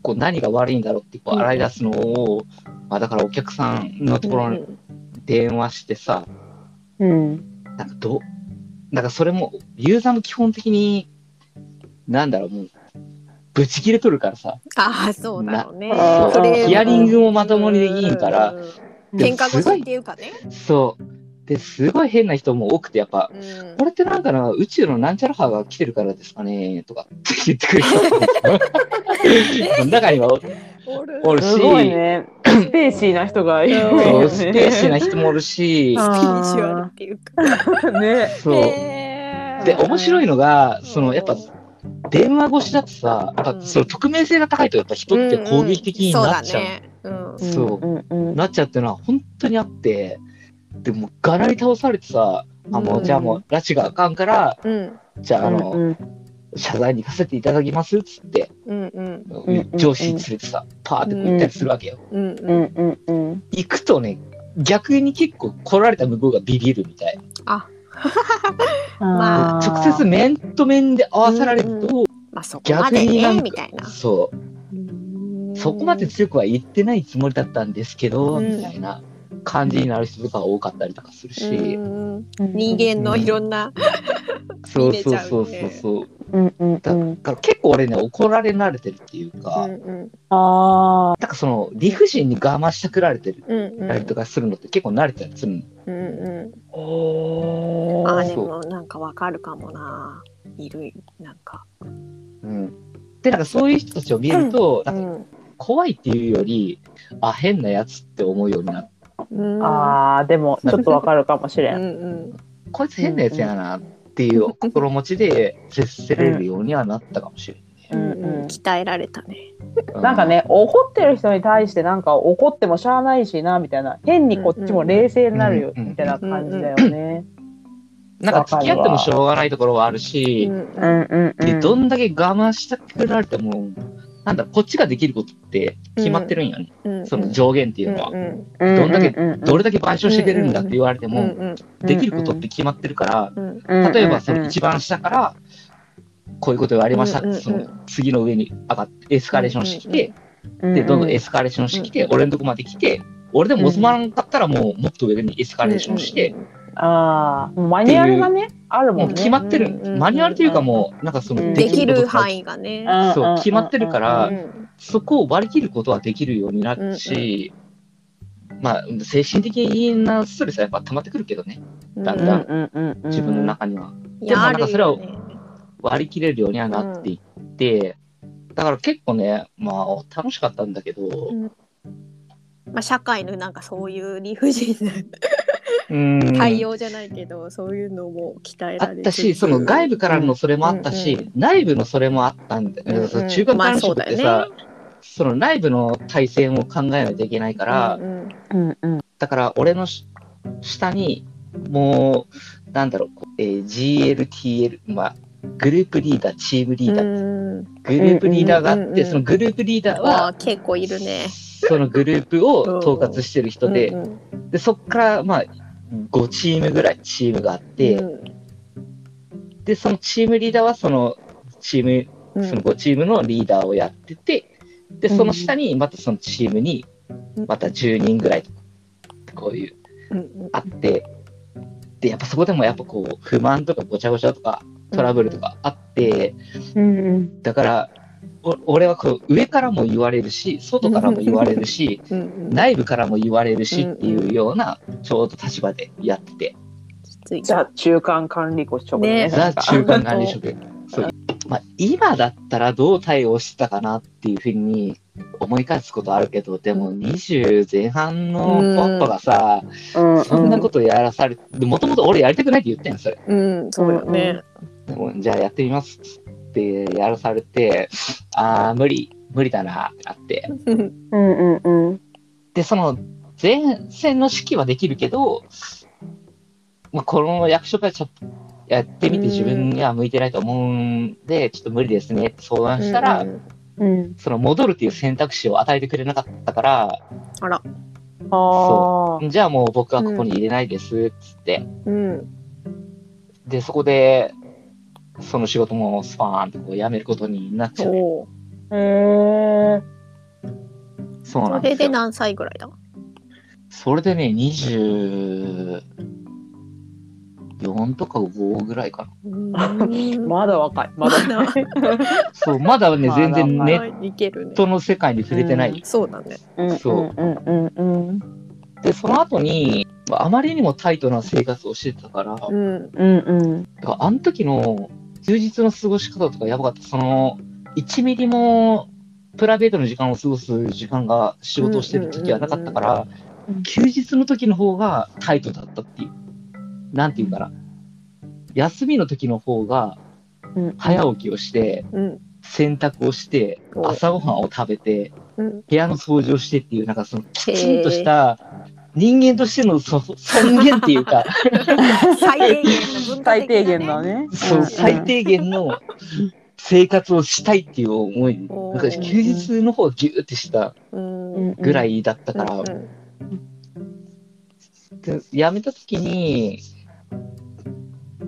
Speaker 3: こう何が悪いんだろうってこう
Speaker 2: うん
Speaker 3: 洗い出すのを、まあ、だからお客さんのところに電話してさ、なんかどう、なんかそれも、ユーザーも基本的に、なんだろう、もう、ぶち切れとるからさ、
Speaker 2: ああそうだろうね
Speaker 1: な
Speaker 2: クレーム
Speaker 1: ヒアリン
Speaker 3: グもまともにできんから
Speaker 2: うん
Speaker 3: で
Speaker 2: 喧
Speaker 3: も
Speaker 2: 嘩
Speaker 3: すご
Speaker 2: 腰っ
Speaker 3: い
Speaker 2: ていうかね
Speaker 3: そう。で、すごい変な人も多くて、やっぱ、
Speaker 2: うん
Speaker 3: これってなんかな、宇宙のなんちゃら派が来てるからですかね、とかって言ってくる人 も中にはお
Speaker 2: おる
Speaker 3: おる
Speaker 1: す
Speaker 3: し、
Speaker 1: ごいね。スペーシーな人がいる
Speaker 2: うん
Speaker 3: そ
Speaker 1: よね。
Speaker 3: うスペーシーな人もおるし、
Speaker 1: あ
Speaker 2: 気にしよるっていうか
Speaker 1: ね。
Speaker 3: そう。
Speaker 2: へー
Speaker 3: で、面白いのが、
Speaker 2: ん
Speaker 3: そのやっぱ電話越しだとさ、やっぱその匿名性が高いと、やっぱ人って攻撃的になっちゃう。
Speaker 2: うん
Speaker 3: そうん
Speaker 1: うん
Speaker 3: なっちゃうっていうのは本当にあって、でもうがらり倒されてさ、あも
Speaker 2: う
Speaker 3: うんじゃあもう、拉致があかんから、
Speaker 2: うん
Speaker 3: じゃああの、
Speaker 1: うん
Speaker 3: 謝罪に行かせていただきますっつって、
Speaker 2: うんうん
Speaker 1: んうん
Speaker 3: 上司に連れてさ、パーってこう行ったりするわけよ。
Speaker 2: うんう
Speaker 1: うんんうんうん
Speaker 3: 行くとね、逆に結構来られた向こうがビビるみたい。
Speaker 2: まあ
Speaker 3: 直接面と面で合わせられると、
Speaker 2: まあそこまで
Speaker 3: 逆になん
Speaker 2: ね
Speaker 3: か
Speaker 2: みたいな
Speaker 3: そう。そこまで強くは言ってないつもりだったんですけど、
Speaker 2: うん
Speaker 3: みたいな感じになる人とか多かったりとかするし、
Speaker 2: うん
Speaker 1: 人
Speaker 2: 人間のいろんな
Speaker 3: そう
Speaker 2: 見れ
Speaker 3: そ
Speaker 2: ち
Speaker 3: う
Speaker 2: ゃうね
Speaker 3: そうそうそう。
Speaker 1: うんうんうん
Speaker 3: だから結構俺ね怒られ慣れてるっていうか、
Speaker 2: うんうん
Speaker 1: あ
Speaker 3: なんかその理不尽に我慢したくられてる
Speaker 2: うんうん
Speaker 3: たりとかするのって結構慣れてたりするの。
Speaker 2: うん
Speaker 1: あ
Speaker 2: うんあーで
Speaker 3: そう
Speaker 2: もなんかわかるかもないるなんか
Speaker 3: うんでなんかそういう人たちを見る
Speaker 2: う
Speaker 3: と、なんか
Speaker 2: ん
Speaker 3: 怖いっていうよりあ変なやつって思うようになって
Speaker 2: うん
Speaker 1: あーでもちょっとわかるかもしれ
Speaker 2: うん
Speaker 1: ん。
Speaker 2: うん
Speaker 3: こいつ変なやつやなっていう心持ちで接せれるようにはなったかもしれない。
Speaker 2: う
Speaker 1: う
Speaker 2: ん
Speaker 1: んうん
Speaker 2: うん鍛えられたね
Speaker 3: う
Speaker 1: なんか、ね怒ってる人に対してなんか怒ってもしゃあないしなみたいな変にこっちも冷静になるよ
Speaker 3: うんうん
Speaker 1: みたいな感じだよね。
Speaker 3: なんか付き合ってもしょうがないところはあるし、
Speaker 2: うん
Speaker 1: ん
Speaker 3: でどんだけ我慢したくられても、なんだ、こっちができることって決まってるんよね、
Speaker 2: うん
Speaker 3: その上限っていうのは。
Speaker 2: う
Speaker 1: ど
Speaker 3: んだけど
Speaker 1: ど
Speaker 3: れだけ賠償してくれるんだって言われても、
Speaker 2: ん
Speaker 3: できることって決まってるから、
Speaker 2: うん
Speaker 3: 例えばその一番下から、こういうことがありましたっ
Speaker 2: うん
Speaker 3: て、
Speaker 2: うん
Speaker 3: その次の上に上がって、エスカレーションしてきて、
Speaker 1: 番
Speaker 3: で、どんどんエスカレーションしてきて、俺のとこまで来て、俺でも収まらんかったらもうもっと上にエスカレーションして、
Speaker 1: ああマニュアルがねあるも
Speaker 3: もうん決
Speaker 1: ね。
Speaker 3: まってるんです。マニュアルというかもう、なんかその
Speaker 2: でき
Speaker 3: こと
Speaker 2: る
Speaker 3: ってあ
Speaker 2: 範囲がね
Speaker 1: うん
Speaker 3: そう決まってるから
Speaker 2: うん
Speaker 3: そこを割り切ることはできるようになるし、まあ、精神的なストレスはやっぱ溜まってくるけどね、だんだん
Speaker 1: うんうんうんうん
Speaker 3: 自分の中には。
Speaker 2: いや
Speaker 3: でもな
Speaker 2: あ
Speaker 3: ん
Speaker 2: る
Speaker 3: かそれ
Speaker 2: よ
Speaker 3: を
Speaker 2: ね
Speaker 3: 割り切れるようにはなっていって、だから結構ね、まあ、楽しかったんだけど、
Speaker 2: まあ社会のなんかそういう理不尽な
Speaker 3: うん、
Speaker 2: 対応じゃないけ どそういうのも鍛え
Speaker 3: あ
Speaker 2: ら
Speaker 3: っ
Speaker 2: れ
Speaker 3: たし、その外部からのそれもあったし、
Speaker 2: うん
Speaker 3: 内部のそれもあったんだよね、
Speaker 2: うん
Speaker 3: その中間管理職ってさ、
Speaker 2: まあそう
Speaker 3: その内部の対戦を考えないといけないから、
Speaker 2: うん
Speaker 1: うんうん
Speaker 3: だから俺のし下にもうなんだろう、こうえー GLTL、まあ、グループリーダーチームリーダー、
Speaker 2: うん
Speaker 3: グループリーダーがあって、
Speaker 2: うんうんうん
Speaker 3: そのグループリーダー
Speaker 2: わあ
Speaker 3: は
Speaker 2: 結構いるね
Speaker 3: そのグループを統括してる人で,、
Speaker 2: うん
Speaker 3: でそこからまあ5チームぐらいチームがあって、
Speaker 2: うん
Speaker 3: でそのチームリーダーはそのチー
Speaker 2: う
Speaker 3: ムその5チームのリーダーをやっててでその下にまたそのチームにまた10人ぐらいとかこういう。
Speaker 2: ん
Speaker 3: あって、で、やっぱそこでもやっぱこう、不満とかごちゃごちゃとか、トラブルとかあって、
Speaker 1: うんうん
Speaker 3: だから、お俺はこう上からも言われるし、外からも言われるし、
Speaker 2: うんうん
Speaker 3: 内部からも言われるしっていうような、ちょうど立場でやってて、
Speaker 2: きつい
Speaker 1: ザ中間管理職ね
Speaker 2: ね。
Speaker 1: な
Speaker 3: ザ・
Speaker 1: んか
Speaker 3: 中間管理職。そうまあ、今だったらどう対応してたかなっていうふうに思い返すことあるけど、でも20前半のパパがさ、
Speaker 1: うんうん
Speaker 3: そんなことやらされて、もともと俺やりたくないって言ってんのそれ。
Speaker 2: うんそうよね
Speaker 3: でもじゃあやってみますってやらされて、ああ、無理、無理だなってなって。
Speaker 1: うんうんうん
Speaker 3: で、その前線の指揮はできるけど、まあ、この役職はちょっとやってみて自分には向いてないと思うんで、ちょっと無理ですねって相談したら、
Speaker 2: うん
Speaker 1: うん
Speaker 3: その戻るっていう選択肢を与えてくれなかったから、
Speaker 2: あら、
Speaker 1: あー
Speaker 3: じゃあもう僕はここに入れないですっつって、
Speaker 2: うん、
Speaker 3: で、そこで、その仕事もスパーンとこう辞めることになっちゃう。
Speaker 2: おー
Speaker 1: へえ
Speaker 3: そうな
Speaker 2: そ
Speaker 3: んです
Speaker 2: れ
Speaker 3: よ。
Speaker 2: で何歳ぐらい だ
Speaker 3: それでね、24とか5ぐらいかな。
Speaker 2: ま
Speaker 1: まだ若いまだ若い
Speaker 3: そう、まだね、
Speaker 1: まあ
Speaker 3: 全然
Speaker 1: まあ
Speaker 3: ネッ
Speaker 2: いけるね。
Speaker 3: トの世界に触れてない。
Speaker 2: そうだね。
Speaker 1: うん
Speaker 3: そう
Speaker 1: うんうんうん
Speaker 3: で、その後に、まああまりにもタイトな生活をしてたから、だか
Speaker 2: うん。
Speaker 1: うんうん
Speaker 3: らあの時の休日の過ごし方とかやばかった。その、1ミリもプライベートの時間を過ごす時間が仕事をしてる時はなかったから
Speaker 1: うんうんうんうん、
Speaker 3: 休日の時の方がタイトだったっていう。なんていうかな。休みの時の方が
Speaker 1: うん
Speaker 3: 早起きをして、
Speaker 2: うん。
Speaker 3: 洗濯をして
Speaker 2: お
Speaker 3: 朝ごはんを食べて
Speaker 2: うん。
Speaker 3: 部屋の掃除をしてっていうなんかそのきちんとした人間としてのそ尊厳っていうか
Speaker 2: 最低限の文化
Speaker 1: 最低
Speaker 2: 的なね
Speaker 1: 限の。ね
Speaker 3: そううん最低限の生活をしたいっていう思い
Speaker 2: お
Speaker 3: な
Speaker 2: ー
Speaker 3: んか休日の方をギューってした
Speaker 2: うん。
Speaker 1: うん
Speaker 3: ぐらいだった
Speaker 2: だ
Speaker 3: から、で辞めた時に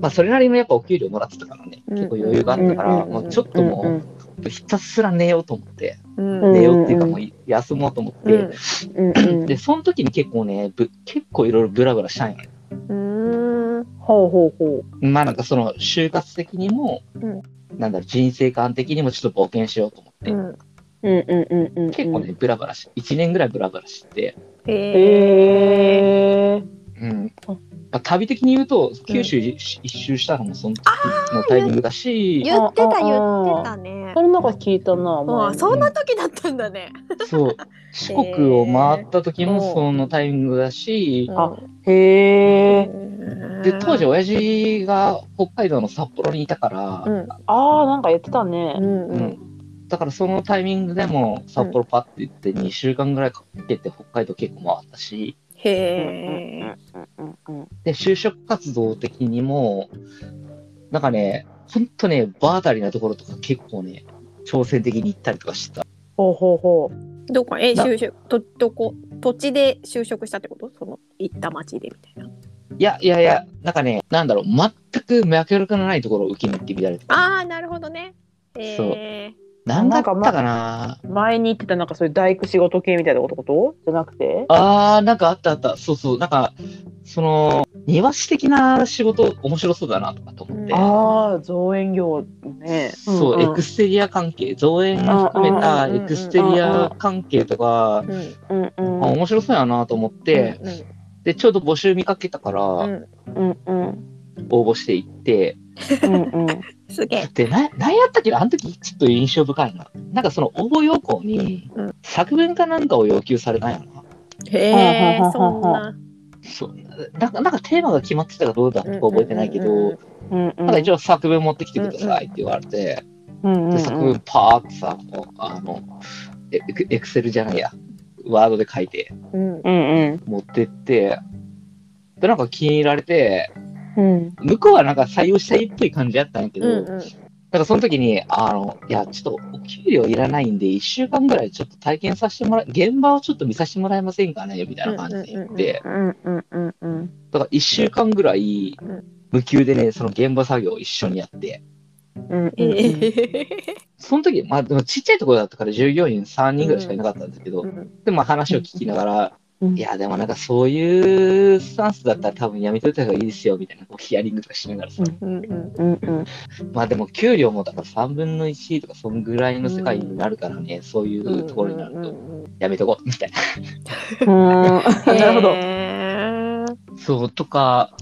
Speaker 3: まあそれなりのやっぱお給料もらってたからね結構余裕があったから、
Speaker 1: うんうん
Speaker 3: もうちょっと
Speaker 1: うん
Speaker 3: もうひたすら寝ようと思って、
Speaker 2: うん。
Speaker 1: うん
Speaker 3: 寝ようっていうかもう休もうと思って。
Speaker 1: うんうんうん
Speaker 3: で、その時に結構ね、ぶ結構いろいろブラブラしたんよね。
Speaker 2: うん。うん。
Speaker 1: ほうほうほ
Speaker 3: まあなんかその就活的にも、
Speaker 2: うん
Speaker 3: なんだろう、人生観的にもちょっと冒険しようと思って、
Speaker 2: うん。
Speaker 1: ううんうんうんうん
Speaker 3: 結構ね、ブラブラし、1年ぐらいブラブラして、
Speaker 2: ええ。
Speaker 1: へえ
Speaker 3: うんまあ、旅的に言うと、九州一一周したのもその時のタイミングだし、
Speaker 2: 言ってた言ってたね
Speaker 1: そ。れなんか聞いたな
Speaker 2: も
Speaker 1: 前
Speaker 2: う
Speaker 1: に
Speaker 2: そんな時だったんだね。
Speaker 3: そう、四国を回った時も
Speaker 2: へー
Speaker 3: そのタイミングだし、
Speaker 1: あへえ
Speaker 3: で、当時親父が北海道の札幌にいたから、
Speaker 2: うん
Speaker 1: あーなんか言ってた
Speaker 2: う
Speaker 1: ね
Speaker 2: ん
Speaker 3: う
Speaker 2: うん
Speaker 3: ん、だからそのタイミングでも札幌パッて行って2週間ぐらいかけて北海道結構回ったし
Speaker 2: へ
Speaker 1: うん
Speaker 2: え
Speaker 1: うんうん
Speaker 3: で就職活動的にもなんかねほんとね場当たりなところとか結構ね挑戦的に行ったりとかしてた
Speaker 1: ほうほうほう
Speaker 2: どこえ
Speaker 3: な
Speaker 2: 就職とどこ土地で就職したってことその行った町でみたいない
Speaker 3: やいやいやなんかねなんだろう全く脈絡のないところを受けに行ってみたりとか
Speaker 2: ああなるほどねえ
Speaker 3: 何だったかな
Speaker 1: なんか前に言ってたなんかそういう大工仕事系みたいなことことじゃなくて
Speaker 3: あーなんかあったあったそうそうなんかその庭師的な仕事面白そうだなとかと思って、
Speaker 2: うん
Speaker 1: ああ造園業ね
Speaker 3: そう、エク
Speaker 1: ス
Speaker 3: ステリア関係、造園も含めた
Speaker 2: うんうんうん
Speaker 3: エクステリア関係とか、
Speaker 2: ーうん
Speaker 1: うんう
Speaker 3: あ
Speaker 1: ん
Speaker 3: 面白そうやなと思って、
Speaker 2: う
Speaker 3: で、ちょうど募集見かけたから、
Speaker 2: んうん
Speaker 1: うんうん
Speaker 3: 応募していって、
Speaker 1: うんうん
Speaker 2: すげえ
Speaker 3: で、な、なんやったっけなあの時ちょっと印象深いな。なんかその応募要項に
Speaker 2: うん、
Speaker 3: 作文かなんかを要求されたんやな。
Speaker 2: へ
Speaker 1: は
Speaker 2: え
Speaker 1: あはあ
Speaker 2: そん
Speaker 1: はあ
Speaker 2: な
Speaker 3: そうなんかなんかテーマが決まってたかどうだったか覚えてないけど、
Speaker 2: うんうんうんうん
Speaker 1: うんうん
Speaker 3: なんか一応作文持ってきてくださいって言われて、
Speaker 1: うんうん
Speaker 3: で作文パーってさ、こうあの、エクエクセルじゃないや、ワードで書いて、
Speaker 2: うん
Speaker 1: うん
Speaker 3: 持ってって、で、なんか気に入られて、
Speaker 1: うん
Speaker 3: 向こうはなんか採用したいっぽい感じだったんやけ
Speaker 2: う
Speaker 3: ど、
Speaker 2: ん
Speaker 3: だ
Speaker 2: うん
Speaker 3: からその時に、あの、いや、ちょっとお給料いらないんで、1週間ぐらいちょっと体験させてもらえ、現場をちょっと見させてもらえませんかね、みたいな感じで言って、
Speaker 1: うんうんうんうん
Speaker 3: だから1週間ぐらい
Speaker 2: うん、
Speaker 3: 無給でね、その現場作業を一緒にやって、
Speaker 1: うん
Speaker 2: へえ
Speaker 3: その時、まあでもちっちゃいところだったから従業員3人ぐらいしかいなかったんですけど、
Speaker 2: うん
Speaker 3: で、まあ話を聞きながら、
Speaker 1: うん
Speaker 3: いや、でもなんかそういうスタンスだったら多分やめといた方がいいですよ、みたいな、こうヒアリングとかしながらさ。
Speaker 2: うんうん
Speaker 1: うんうん
Speaker 3: まあでも給料もだから3分の1とか、そんぐらいの世界になるからね、そういうところになると、やめとこう、みたいな。
Speaker 1: なるほど。
Speaker 2: ど
Speaker 3: そう、とか、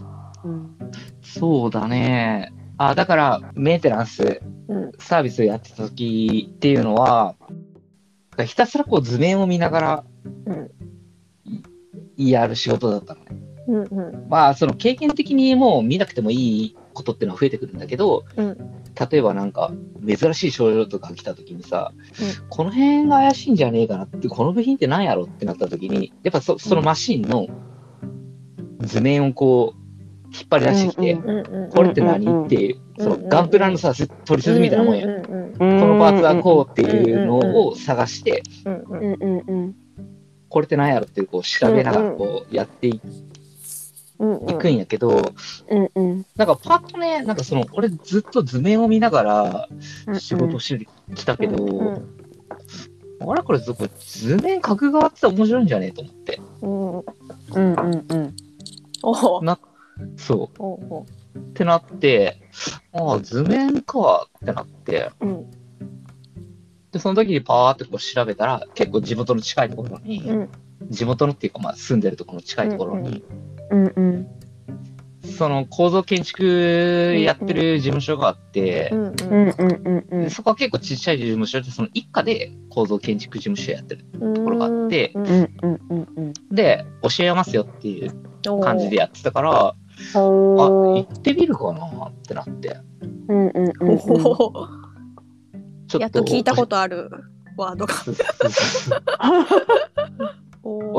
Speaker 3: そうだね。あ、だから、メンテナンス、
Speaker 2: うん
Speaker 3: サービスをやってた時っていうのは、ひたすらこう図面を見ながら、
Speaker 2: うん
Speaker 3: いやる仕事だったのね。
Speaker 2: うんうん
Speaker 3: まあ、その経験的にもう見なくてもいいことっていうのは増えてくるんだけど、
Speaker 4: うん
Speaker 3: 例えばなんか珍しい症状とか来た時にさ、この辺が怪しいんじゃねえかなってこの部品って何やろってなった時にやっぱそそのマシンの図面をこう引っ張り出してきて、
Speaker 1: うんうん
Speaker 4: うんうん
Speaker 3: これって何、
Speaker 1: うんうん
Speaker 3: っていうその
Speaker 4: うんうん
Speaker 3: ガンプラのさ取り
Speaker 4: うん
Speaker 3: 鈴みたいなもんや、
Speaker 4: うんうん
Speaker 1: こ
Speaker 3: このパーツはこうっていうのを探して、
Speaker 4: うんうん
Speaker 1: うんうんうん
Speaker 3: これって何やろってこう調べながら
Speaker 4: うんうん
Speaker 3: こうやってい
Speaker 4: うんうん
Speaker 3: くんやけど、
Speaker 1: うんうん
Speaker 3: なんかパッとね、なんかその、俺ずっと図面を見なが
Speaker 1: うん
Speaker 3: ら仕事をしてきたけど、
Speaker 4: うん
Speaker 3: あれこれずこれ図面角側って面白いんじゃねえと思って。
Speaker 4: うんうん
Speaker 1: うんうんうん
Speaker 2: おお
Speaker 3: なそ
Speaker 4: おうおう
Speaker 3: う。ってなって、ああ、図面かってなって、
Speaker 4: うん
Speaker 3: で、その時にパーってこう調べたら、結構地元の近いところに、
Speaker 4: うん
Speaker 3: 地元のっていうか、まあ住んでるところの近いところに、
Speaker 1: うんうん
Speaker 3: その構造建築やってる事務所があって、
Speaker 4: うんう
Speaker 1: う
Speaker 4: ん
Speaker 1: うんうんうん
Speaker 3: でそこは結構ちっちゃい事務所で、その一家で構造建築事務所やってる
Speaker 4: ん
Speaker 3: ところがあって
Speaker 4: うん
Speaker 1: うんうんうんうん
Speaker 3: で、教えますよっていう感じでやってたから、あ、
Speaker 1: お
Speaker 3: 行
Speaker 1: ー
Speaker 3: ってみるかなってなって。
Speaker 1: うんうんうんうん
Speaker 2: おお
Speaker 3: ちょっと
Speaker 2: やっと聞いたことあるワードが。
Speaker 4: 教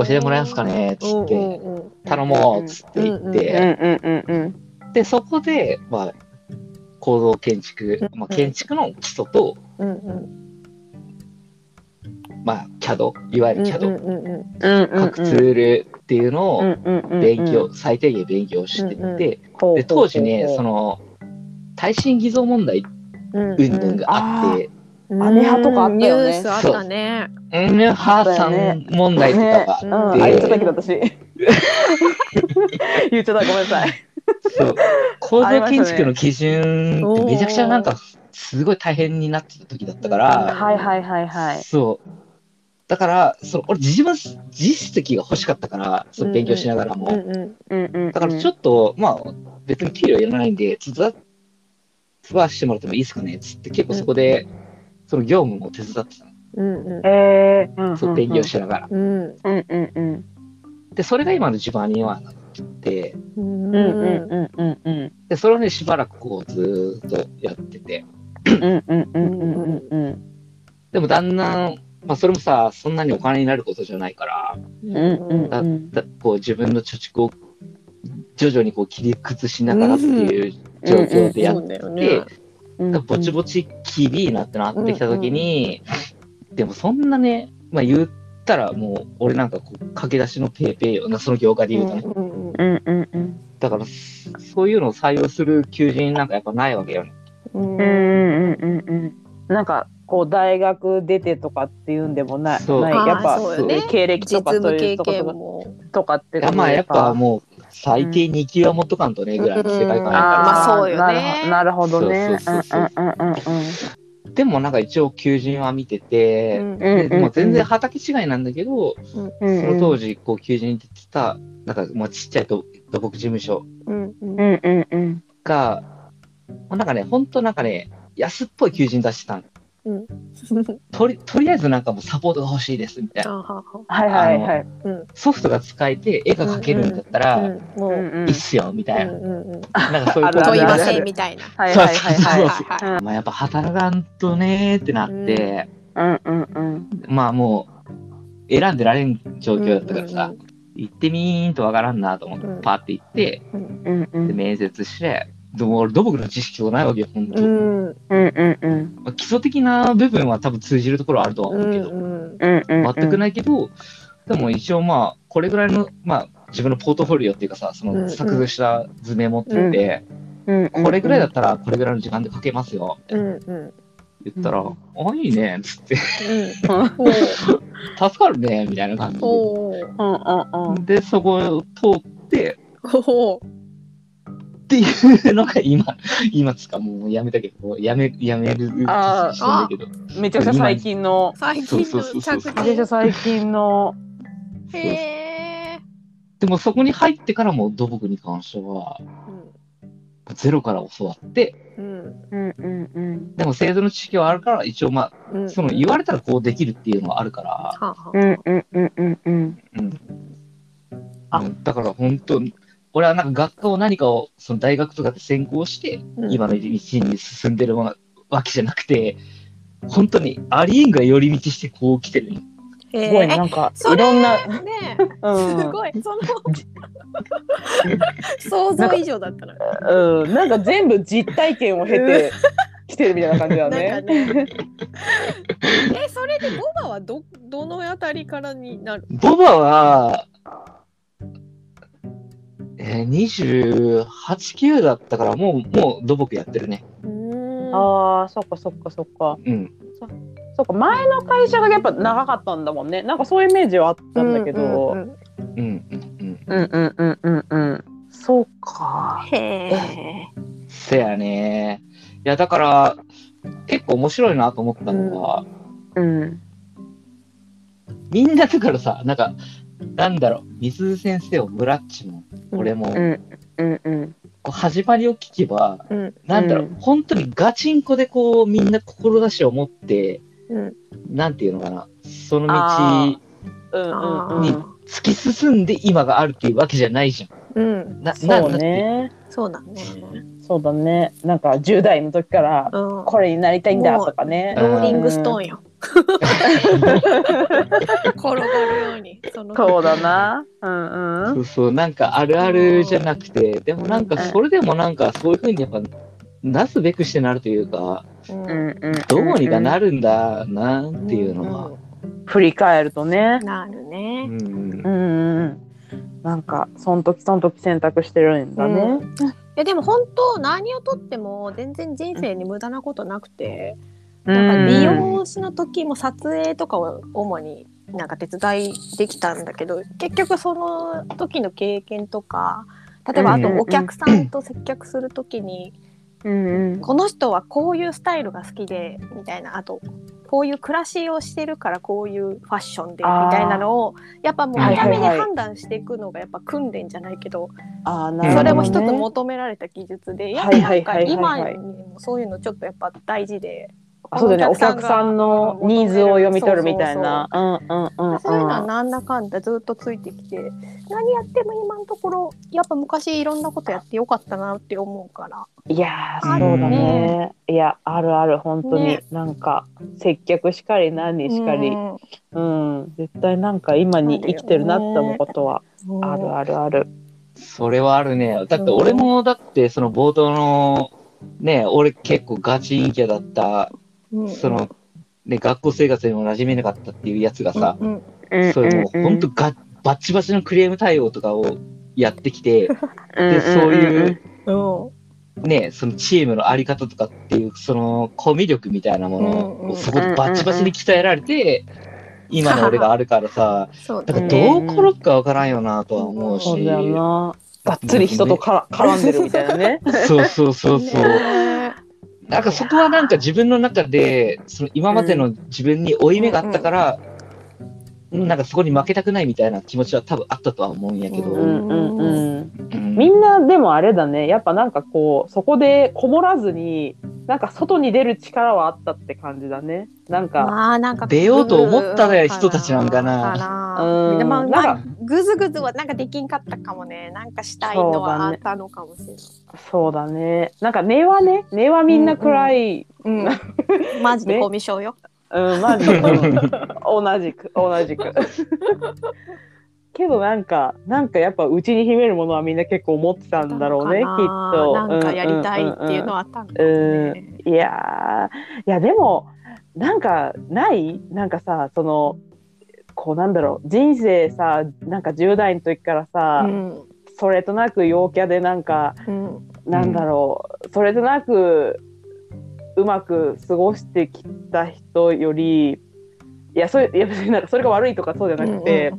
Speaker 3: 教えてもらえますかねっつ
Speaker 4: うん
Speaker 3: っ
Speaker 4: う
Speaker 3: て、
Speaker 4: んうん
Speaker 3: 頼もうっつって言っ
Speaker 1: う
Speaker 3: て、
Speaker 1: んうんうんうん
Speaker 3: で、そこで、まあ、構造建築、まあ、建築の基礎と、
Speaker 4: うんうん
Speaker 3: まあ、CAD、いわゆる CAD、
Speaker 4: うんうんうん
Speaker 1: うんうん
Speaker 3: 各ツールっていうの
Speaker 1: うん
Speaker 3: を
Speaker 1: うんうんうん
Speaker 3: 勉強、最低限勉強して
Speaker 4: うんうん
Speaker 3: て、
Speaker 1: ほうほうほう
Speaker 3: で、当時ね、その、耐震偽造問題
Speaker 4: うん
Speaker 3: 運動があって、
Speaker 4: うん
Speaker 1: アメハとかあったよね
Speaker 4: ニュースあったね。
Speaker 3: うん、母さん問題とかが
Speaker 4: う
Speaker 1: うんん、あ言っちゃったけど私言っちゃったごめんなさい
Speaker 3: そう構造建築の基準ってめちゃくちゃなんかすごい大変になってた時だったから、
Speaker 1: はいはいはいはい
Speaker 3: そうだからその俺自分実績が欲しかったからその勉強しながらも、
Speaker 4: うんうん
Speaker 1: うんうんうん
Speaker 3: だからちょっと、まあ別に給料いらないんで手伝わしてもらってもいいですかねっつって結構そこで、その業務も手伝ってたの
Speaker 4: うんうん
Speaker 1: えーうんうんうん
Speaker 3: そう勉強しながら、
Speaker 4: うん
Speaker 1: うんうんうん
Speaker 3: でそれが今の自分にはなって
Speaker 4: うん
Speaker 1: うん
Speaker 4: うん
Speaker 1: うんうんうんうん
Speaker 3: でそれをねしばらくこうずーっとやってて
Speaker 1: うんうんうんうんうん
Speaker 3: でもだんだん、まあ、それもさそんなにお金になることじゃないから
Speaker 1: うんうん
Speaker 3: だ
Speaker 1: うん
Speaker 3: だこう自分の貯蓄を徐々にこう切り崩しながらっていう状況でや
Speaker 4: そ
Speaker 3: っ
Speaker 4: うだよ
Speaker 3: て、
Speaker 4: ね。
Speaker 1: うん
Speaker 3: だぼちぼちきびいなってなってきた時に、でもそんなね、まあ、言ったらもう俺なんかこう駆け出しのペーペーよなその業界で言うとね、
Speaker 4: うん
Speaker 1: うんうんうん
Speaker 3: だからそそういうのを採用する求人なんかやっぱないわけよね。
Speaker 4: うんうん
Speaker 1: うんうんうんうんうんなんかこう大学出てとかっていうんでもない
Speaker 3: そう
Speaker 1: ないやっ
Speaker 4: あ
Speaker 1: ぱ
Speaker 4: ーそう
Speaker 3: よね
Speaker 1: 経歴
Speaker 4: 実
Speaker 1: とかそう
Speaker 4: 務
Speaker 1: い
Speaker 4: 経
Speaker 1: うとこ
Speaker 4: 験
Speaker 1: とか
Speaker 4: も。
Speaker 1: とかって
Speaker 3: いやまあやっぱもう最低2級は持っとかんとねぐらいの世界観や
Speaker 4: う
Speaker 3: か
Speaker 4: ん
Speaker 3: ら。
Speaker 4: まあ
Speaker 1: ー
Speaker 4: そうよね
Speaker 1: なるほどなるほどね
Speaker 3: そうそうそう
Speaker 1: うんうんうんうん
Speaker 3: でもなんか一応求人は見て
Speaker 4: う
Speaker 3: て、
Speaker 4: ん
Speaker 1: うん
Speaker 3: でもう全然畑違いなんだけど、
Speaker 1: うん
Speaker 3: その当時こう求人に出てた、なんかまあちっちゃい土土木事務所
Speaker 4: うんうん
Speaker 1: うんうんうん
Speaker 3: が、まあなんかね、ほんとなんかね、安っぽい求人出してたのとりとりあえずなんかもうサポートが欲しいですみたい
Speaker 4: あ
Speaker 3: な。
Speaker 4: はは
Speaker 1: はいはいはい
Speaker 3: ソフトが使えて絵が描けるんだったら、
Speaker 4: うんも
Speaker 1: うん
Speaker 4: う
Speaker 1: うん
Speaker 3: いいっすよみたいな。
Speaker 4: うんうん
Speaker 3: なんかそういう
Speaker 1: あるあ
Speaker 2: 問
Speaker 1: る
Speaker 2: い
Speaker 1: あ
Speaker 2: ま
Speaker 1: る
Speaker 2: せんみたいな。
Speaker 1: はいはいはいはい
Speaker 3: そう
Speaker 2: はいはい
Speaker 3: まあやっぱ働かんとねーってなって、
Speaker 1: うんうんうん
Speaker 3: まあもう選んでられん状況だったからさ、
Speaker 4: うん
Speaker 3: 行ってみーんとわからんなと思
Speaker 4: う
Speaker 3: っ
Speaker 4: ん
Speaker 3: て、パーって行って、
Speaker 1: うんう
Speaker 3: で
Speaker 1: ん
Speaker 3: 面接して、でも俺土木の知識もないわけよ、本当、
Speaker 4: うんうん
Speaker 1: うんうんうん
Speaker 3: まあ基礎的な部分は多分通じるところはあるとは
Speaker 4: うん
Speaker 3: 思うけど、
Speaker 4: うん
Speaker 1: うんうん
Speaker 3: 全くないけど、でも一応まあ、これぐらいの、まあ、自分のポートフォリオっていうかさ、そ
Speaker 4: うんう
Speaker 3: の
Speaker 4: ん
Speaker 3: 作図した図面持ってて、
Speaker 1: うんうん
Speaker 3: これぐらいだったらこれぐらいの時間で書けますよって
Speaker 4: うんうん
Speaker 3: 言ったら、
Speaker 1: うん
Speaker 3: あ、いいねっつって、
Speaker 1: うん
Speaker 3: 助かるねみたいな感じで。
Speaker 4: おー
Speaker 1: うんうんうん
Speaker 3: で、そこを通って、
Speaker 4: おー
Speaker 3: っていうのが今、今つかもうやめたけど、やめ、やめる
Speaker 1: あー
Speaker 3: してんだけど。
Speaker 1: めちゃくちゃ最近の
Speaker 4: 最近の着
Speaker 3: そうそうそう
Speaker 1: めちゃくちゃ
Speaker 4: 地
Speaker 1: 最近の
Speaker 4: へえ
Speaker 3: でもそこに入ってからも土木に関しては、ゼロから教わって、
Speaker 4: うん
Speaker 1: うんうんうん
Speaker 3: でも制度の知識はあるから、一応ま
Speaker 4: う
Speaker 3: あ、
Speaker 4: ん
Speaker 3: その言われたらこうできるっていうのはあるから、
Speaker 4: はあはあ
Speaker 1: うんうんうんうんうん
Speaker 3: うん。
Speaker 1: あ
Speaker 3: うんだから本当、俺はなんか学科を何かを、その大学とかで専攻して、
Speaker 1: うん
Speaker 3: 今の道に進んでるわわけじゃなくて、本当にありえんが寄り道してこう来てるね。
Speaker 1: すごい
Speaker 2: ね
Speaker 1: なんか
Speaker 2: そ
Speaker 1: い
Speaker 2: れ
Speaker 1: ろんな、
Speaker 2: ね
Speaker 1: うん、
Speaker 2: すごいその想像以上だったな
Speaker 1: うん、なんか全部実体験を経て来てるみたいな感じだ
Speaker 2: な
Speaker 1: ね
Speaker 2: ん。かね
Speaker 5: えそれでボバはどどのあたりからになる
Speaker 3: ボバは、えー、28、9だったから、もう、もう土木やってるね。
Speaker 2: うん
Speaker 1: ああ、そっかそっかそっか。
Speaker 3: うん。
Speaker 1: そっか前の会社がやっぱ長かったんだもんね。なんかそういうイメージはあったんだけ
Speaker 2: うんう
Speaker 1: ど。
Speaker 2: ん
Speaker 1: う
Speaker 3: うん、うん、
Speaker 1: んうんうんうんうん。そうか。
Speaker 2: へえ
Speaker 3: うん。せやね。いや、だから、結構面白いなと思ったのは、
Speaker 1: うん。
Speaker 3: みんなだからさ、なんか、なんだろう、水先生をブラッチも、俺も、
Speaker 1: うんうんうん。
Speaker 3: こう始まりを聞けば、
Speaker 2: うん
Speaker 3: なんだろう、
Speaker 1: うん
Speaker 3: 本当にガチンコでこう、みんな志を持って、
Speaker 2: うん
Speaker 3: なんていうのかな、その
Speaker 1: あーう
Speaker 3: 道、
Speaker 1: んうん
Speaker 3: に突き進んで今があるっていうわけじゃないじゃ
Speaker 2: うん
Speaker 3: ん。な
Speaker 1: そう。
Speaker 3: な
Speaker 1: ね。
Speaker 2: そうだね
Speaker 1: そうだね。なんか10代の時から
Speaker 2: うん
Speaker 1: これになりたいんだとかね。
Speaker 2: ローリングストーンよ転がるようにその
Speaker 1: そうだな。うん
Speaker 3: そうそう、なんかあるあるじゃなくて、でもなんかそれでもなんかそういうふうにやっぱ、なすべくしてなるというか、
Speaker 2: うん
Speaker 1: うんうん。
Speaker 3: どうにかな
Speaker 1: る。
Speaker 3: るんだなっていうのは。
Speaker 1: 振り返るとね。
Speaker 2: なる
Speaker 3: う
Speaker 2: ね
Speaker 3: んうん
Speaker 1: うんうんうん。なんかその時その時選択してるんだね。
Speaker 2: えでも本当何をとっても全然人生に無駄なことなくて、
Speaker 1: うん
Speaker 2: なんか
Speaker 1: 利
Speaker 2: 美
Speaker 1: 用
Speaker 2: 容師の時も撮影とかを主になんか手伝いできたんだけど結局その時の経験とか例えばあと
Speaker 1: うん
Speaker 2: お客さんと接客する時に、
Speaker 1: うんうん
Speaker 2: この人はこういうスタイルが好きでみたいなあとこういう暮らしをしてるからこういうファッションでみたいなのをやっぱもう
Speaker 3: はい
Speaker 2: 見
Speaker 3: は
Speaker 1: は
Speaker 2: た
Speaker 3: い
Speaker 2: 目
Speaker 1: い
Speaker 2: に判断していくのがやっぱ訓練じゃないけど、
Speaker 1: あーな
Speaker 3: うん
Speaker 1: るほどね
Speaker 2: それも一つ求められた技術で、やっぱなんか今にもそういうのちょっとやっぱ大事で、
Speaker 1: あそうだねお客さんのニーズを読み取るみたいなうんうんうん
Speaker 2: そういうのはなんだかんだずっとついてきて、何やっても今のところやっぱ昔いろんなことやってよかったなって思うから、
Speaker 1: いやー
Speaker 3: あ
Speaker 1: そう
Speaker 3: るね
Speaker 1: だねいやあるある本当に
Speaker 2: ね
Speaker 1: なんか接客しかり何しかり
Speaker 2: うん
Speaker 1: うん絶対なんか今に生きてるなって思うことはあるあるある
Speaker 3: それはあるね。だって俺もだってその冒頭のね、俺結構ガチンキャだった、
Speaker 2: うん
Speaker 3: そのね、学校生活にも馴染めなかったっていうやつがさ、
Speaker 2: うん
Speaker 3: それもう本当がバッチバチのクレーム対応とかをやってきて、で、そういう
Speaker 2: うん
Speaker 3: ね、そのチームのあり方とかっていう、そのコミュ力みたいなもの
Speaker 2: うんう
Speaker 3: を
Speaker 2: ん
Speaker 3: そこでバチバチに鍛えられて、今の俺があるか らさ、
Speaker 2: そうだ
Speaker 3: だから
Speaker 2: ね。
Speaker 3: どう転ぶかわからんよなとは思うし、
Speaker 1: そうだよながっつり人とから絡んでるみたいなね
Speaker 3: そうそうそう そう。なんかそこはなんか自分の中で、その今までの自分に負い目があったから、なんかそこに負けたくないみたいな気持ちは多分あったとは思うんやけ ど、
Speaker 1: う
Speaker 3: うん
Speaker 1: んうんうん
Speaker 3: うん
Speaker 1: みんなでもあれだねやっぱなんかこうそこでこもらずになんか外に出る力はあったって感じだねなんか、
Speaker 2: まあなんか
Speaker 3: 出ようと思った
Speaker 2: うん
Speaker 3: 人たちなんかな
Speaker 2: かな
Speaker 1: うん
Speaker 2: でまあ、
Speaker 1: な
Speaker 2: ま
Speaker 1: ん
Speaker 2: あ、ぐずぐずはなんかできんかったかもね。なんかしたいのはあったのかもしれない。
Speaker 1: そうだねなんか根はね根はみんな暗い、
Speaker 2: うんマジでコミュ障よ。
Speaker 1: うん マジで同じく同じくけどなんかなんかやっぱうちに秘めるものはみんな結構持ってたんだろうねきっ
Speaker 2: なんかな
Speaker 1: と
Speaker 2: なんかやりたいっていうの
Speaker 1: は
Speaker 2: はあったんだ
Speaker 1: うん
Speaker 2: ろうね。
Speaker 1: いやーいやでもなんかないなんかさそのこうなんだろう人生さなんか10代の時からさ、
Speaker 2: うん
Speaker 1: それとなく陽キャでなんか
Speaker 2: うん
Speaker 1: なんだろう、それとなくうまく過ごしてきた人よりいやそれいや別になんかそれが悪いとかそうじゃなくて、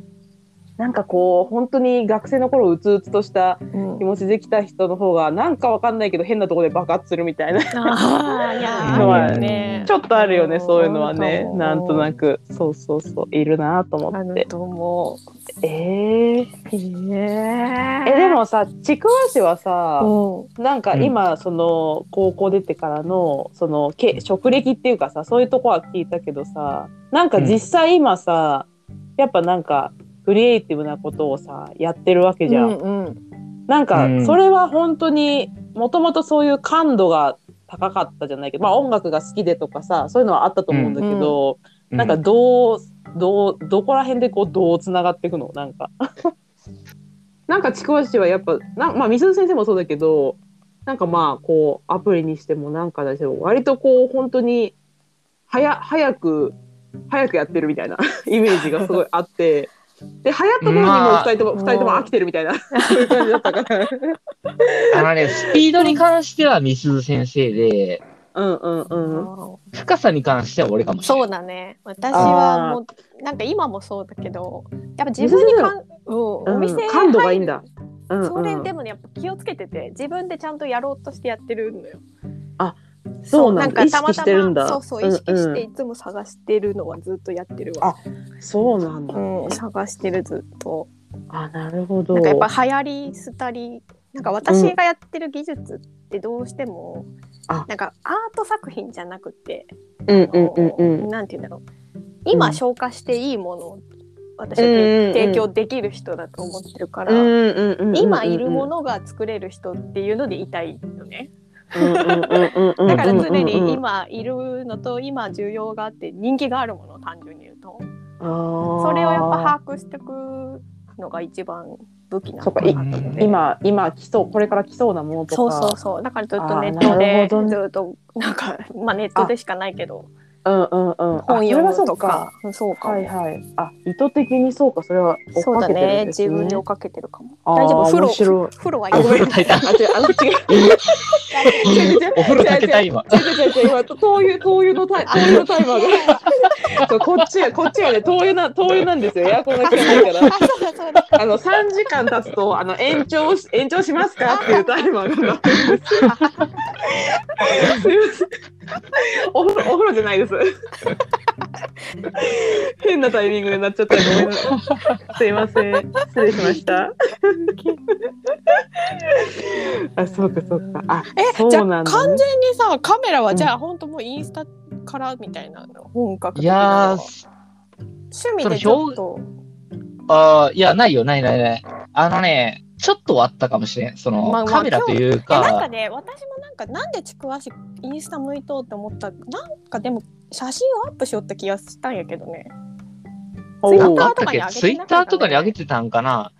Speaker 1: なんかこう本当に学生の頃うつうつとした
Speaker 2: うん
Speaker 1: 気持ちできた人の方がなんかわかんないけど変なところで爆発するみたいな
Speaker 2: ああいやあるよね
Speaker 1: ちょっとあるよね、そういうのはね。
Speaker 2: うん
Speaker 1: なんとなく、そうそうそう、いるなと
Speaker 2: あ
Speaker 1: 思っ
Speaker 2: る
Speaker 1: て。
Speaker 2: と思う。
Speaker 1: えー、
Speaker 2: え
Speaker 1: え、でもさ、ちくわ市はさ、
Speaker 2: も、
Speaker 1: なんか今、その高校出てからの、そのけ職歴っていうかさ、そういうとこは聞いたけどさ、なんか実際今さ、やっぱなんか。クリエイティブなことをさやってるわけ
Speaker 2: うん
Speaker 1: じゃん、
Speaker 2: うん
Speaker 1: なんか
Speaker 3: うん
Speaker 1: それは本当にもともとそういう感度が高かったじゃないけど、まあ、音楽が好きでとかさそういうのはあったと思うんだけど、なんかどうどうどこら辺でこうどうつながっていくのなんか。 なんかちくわしはやっぱな、まあ、みす先生もそうだけどなんかまあこうアプリにしてもなんかだし割とこう本当に早早く早くやってるみたいな イメージがすごいあって。で流行った頃にもう二人とも、
Speaker 2: まあ
Speaker 1: 二人とも飽きてるみたいなそういう感じだ ったから。
Speaker 3: あのね、スピードに関してはみすず先生で、
Speaker 1: うんうんうん。
Speaker 3: 深さに関しては俺かもしれ
Speaker 2: そ
Speaker 3: な
Speaker 2: う
Speaker 3: い。
Speaker 2: だね私はもうなんか今もそうだけどやっぱ自分にかん、うん、お店
Speaker 1: うん感度がいいんだ。うんうん
Speaker 2: それでもねやっぱ気をつけてて自分でちゃんとやろうとしてやってるのよ。
Speaker 1: あそうなんだ
Speaker 2: かたま
Speaker 1: 意識してるんだ
Speaker 2: たまそうそ
Speaker 1: う
Speaker 2: う
Speaker 1: ん
Speaker 2: 意
Speaker 1: うん
Speaker 2: 識していつも探してるのはずっとやってるわ。
Speaker 1: そうなんだ
Speaker 2: う。ん、探してるずっと。
Speaker 1: あ、なるほど。
Speaker 2: なんかやっぱ流行り廃りなんか私がやってる技術ってどうしても、
Speaker 1: あ
Speaker 2: なんかアート作品じゃなくて、
Speaker 1: うん
Speaker 2: あ
Speaker 1: うん
Speaker 2: の
Speaker 1: うんうん。
Speaker 2: なんて言うんだろう
Speaker 1: う
Speaker 2: 今
Speaker 1: ん
Speaker 2: 消化していいものを私は
Speaker 1: うんうん
Speaker 2: 提
Speaker 1: うん
Speaker 2: 提供できる人だと思ってるから、
Speaker 1: うんうんうんうんうん
Speaker 2: 今いるも。のが作れる人っていうのでいたいよね。
Speaker 1: うんうんうんうん。
Speaker 2: だから常に
Speaker 1: うん。
Speaker 2: 今いるのと今需要があって人気があるものを単純に言うと
Speaker 1: そ
Speaker 2: それをやっぱ把握していくのが一番武器な
Speaker 1: そ
Speaker 2: の
Speaker 1: っか
Speaker 2: か
Speaker 1: い
Speaker 2: なと思って。
Speaker 1: 今今来そうこれから来そうなものとか。
Speaker 2: そうそう
Speaker 1: う。
Speaker 2: そうだからずっ
Speaker 1: あー
Speaker 2: とネット
Speaker 1: な
Speaker 2: で
Speaker 1: るほどね
Speaker 2: ずっとなんかまあネットでしかないけど
Speaker 1: うんうんうん。あ
Speaker 2: 本読む
Speaker 1: それはそ
Speaker 2: と
Speaker 1: うか
Speaker 2: か。うんそうか
Speaker 1: はいはい。あ、意図的にそうかそれは追っ
Speaker 2: そう
Speaker 1: か
Speaker 2: だ
Speaker 1: けてる
Speaker 2: ね
Speaker 1: んです
Speaker 2: 自
Speaker 1: ね。
Speaker 2: 分に追っかけてるかも
Speaker 1: あー
Speaker 2: 大丈夫風
Speaker 1: 面白
Speaker 2: 呂
Speaker 1: い
Speaker 2: 風呂は
Speaker 1: あごめん
Speaker 3: お風呂炊 いた。
Speaker 1: あ違うあの 違う。
Speaker 3: お風呂炊けた今。
Speaker 1: 違う違う違う今灯油灯油のタイ灯油のタイマーが そうこっちがこっちがね灯油な灯油なんですよエアコ ンが効かないから
Speaker 2: あそうだそうだ
Speaker 1: あの3時間経つとあの延長し延長しますかっていうタイマーが鳴ってるんですよすいませんお風呂お風呂じゃないです変なタイミングになっちゃったごめんなさいすいません失礼しました あそうかそうかあ
Speaker 6: え
Speaker 1: そう
Speaker 6: じゃ
Speaker 1: な
Speaker 6: あ
Speaker 1: んだね
Speaker 6: 完全にさカメラは
Speaker 1: うん
Speaker 6: じゃあ本当もうインスタからみたいなの本格
Speaker 3: い
Speaker 6: 的な
Speaker 3: や
Speaker 6: のは
Speaker 3: ー、
Speaker 2: 趣味でちょっと
Speaker 3: あーいや、ないよ、ないないない。あのね、ちょっとはあったかもしれん。その、
Speaker 6: まあまあ
Speaker 3: カメラという
Speaker 2: え
Speaker 3: か、
Speaker 2: なんかね私もなんかなんでちくわしインスタ向いとうって思ったなんかでも写真をアップしよった気がしたんやけどね
Speaker 1: お
Speaker 2: ツイッタ
Speaker 1: う
Speaker 2: ー
Speaker 3: あったっけツイッターとかに上げてたんかな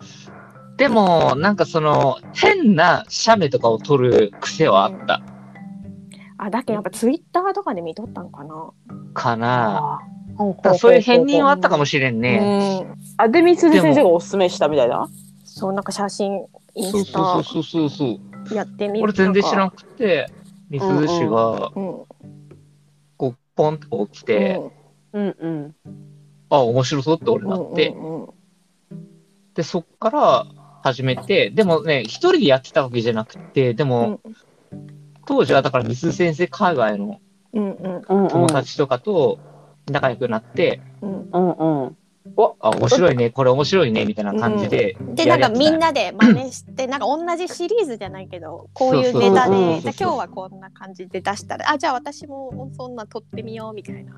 Speaker 3: でも、なんかその、変な写メとかを撮る癖はあった
Speaker 2: あだけどやっぱツイッターとかで見とったんかな
Speaker 3: かな。
Speaker 1: あほうほうほう
Speaker 3: だ
Speaker 1: ほ
Speaker 3: から
Speaker 1: う
Speaker 3: そういう変人はあったかもしれんね。
Speaker 2: うん
Speaker 1: あでみすじ先生がおすすめしたみたいな
Speaker 2: そうなんか写真イン
Speaker 3: そう
Speaker 2: スタ
Speaker 3: そうそうそう。
Speaker 2: やってみる
Speaker 3: 俺全然知ら
Speaker 2: ん
Speaker 3: なくて、みすず氏
Speaker 2: う
Speaker 3: が、
Speaker 2: ん
Speaker 3: こう、ポンってこう来て、
Speaker 1: うんうん
Speaker 3: あ、面白そうって俺なって、
Speaker 2: うんうん
Speaker 3: で、そっから始めて、でもね、一人でやってたわけじゃなくて、でも、当時はだから、みすず先生海外の
Speaker 2: うんうん
Speaker 1: うんうん
Speaker 3: 友達とかと仲良くなって、
Speaker 2: うん
Speaker 1: うんうん
Speaker 3: あ、面白いね、これ面白いね、みたいな感じで、
Speaker 2: で
Speaker 3: や
Speaker 2: なんか
Speaker 3: り合って
Speaker 2: み
Speaker 3: た
Speaker 2: んなで真似してなんか同じシリーズじゃないけどこういうネタで
Speaker 3: そうそうそうそう
Speaker 2: じゃあ今日はこんな感じで出したらあじゃあ私もそんな撮ってみようみたいな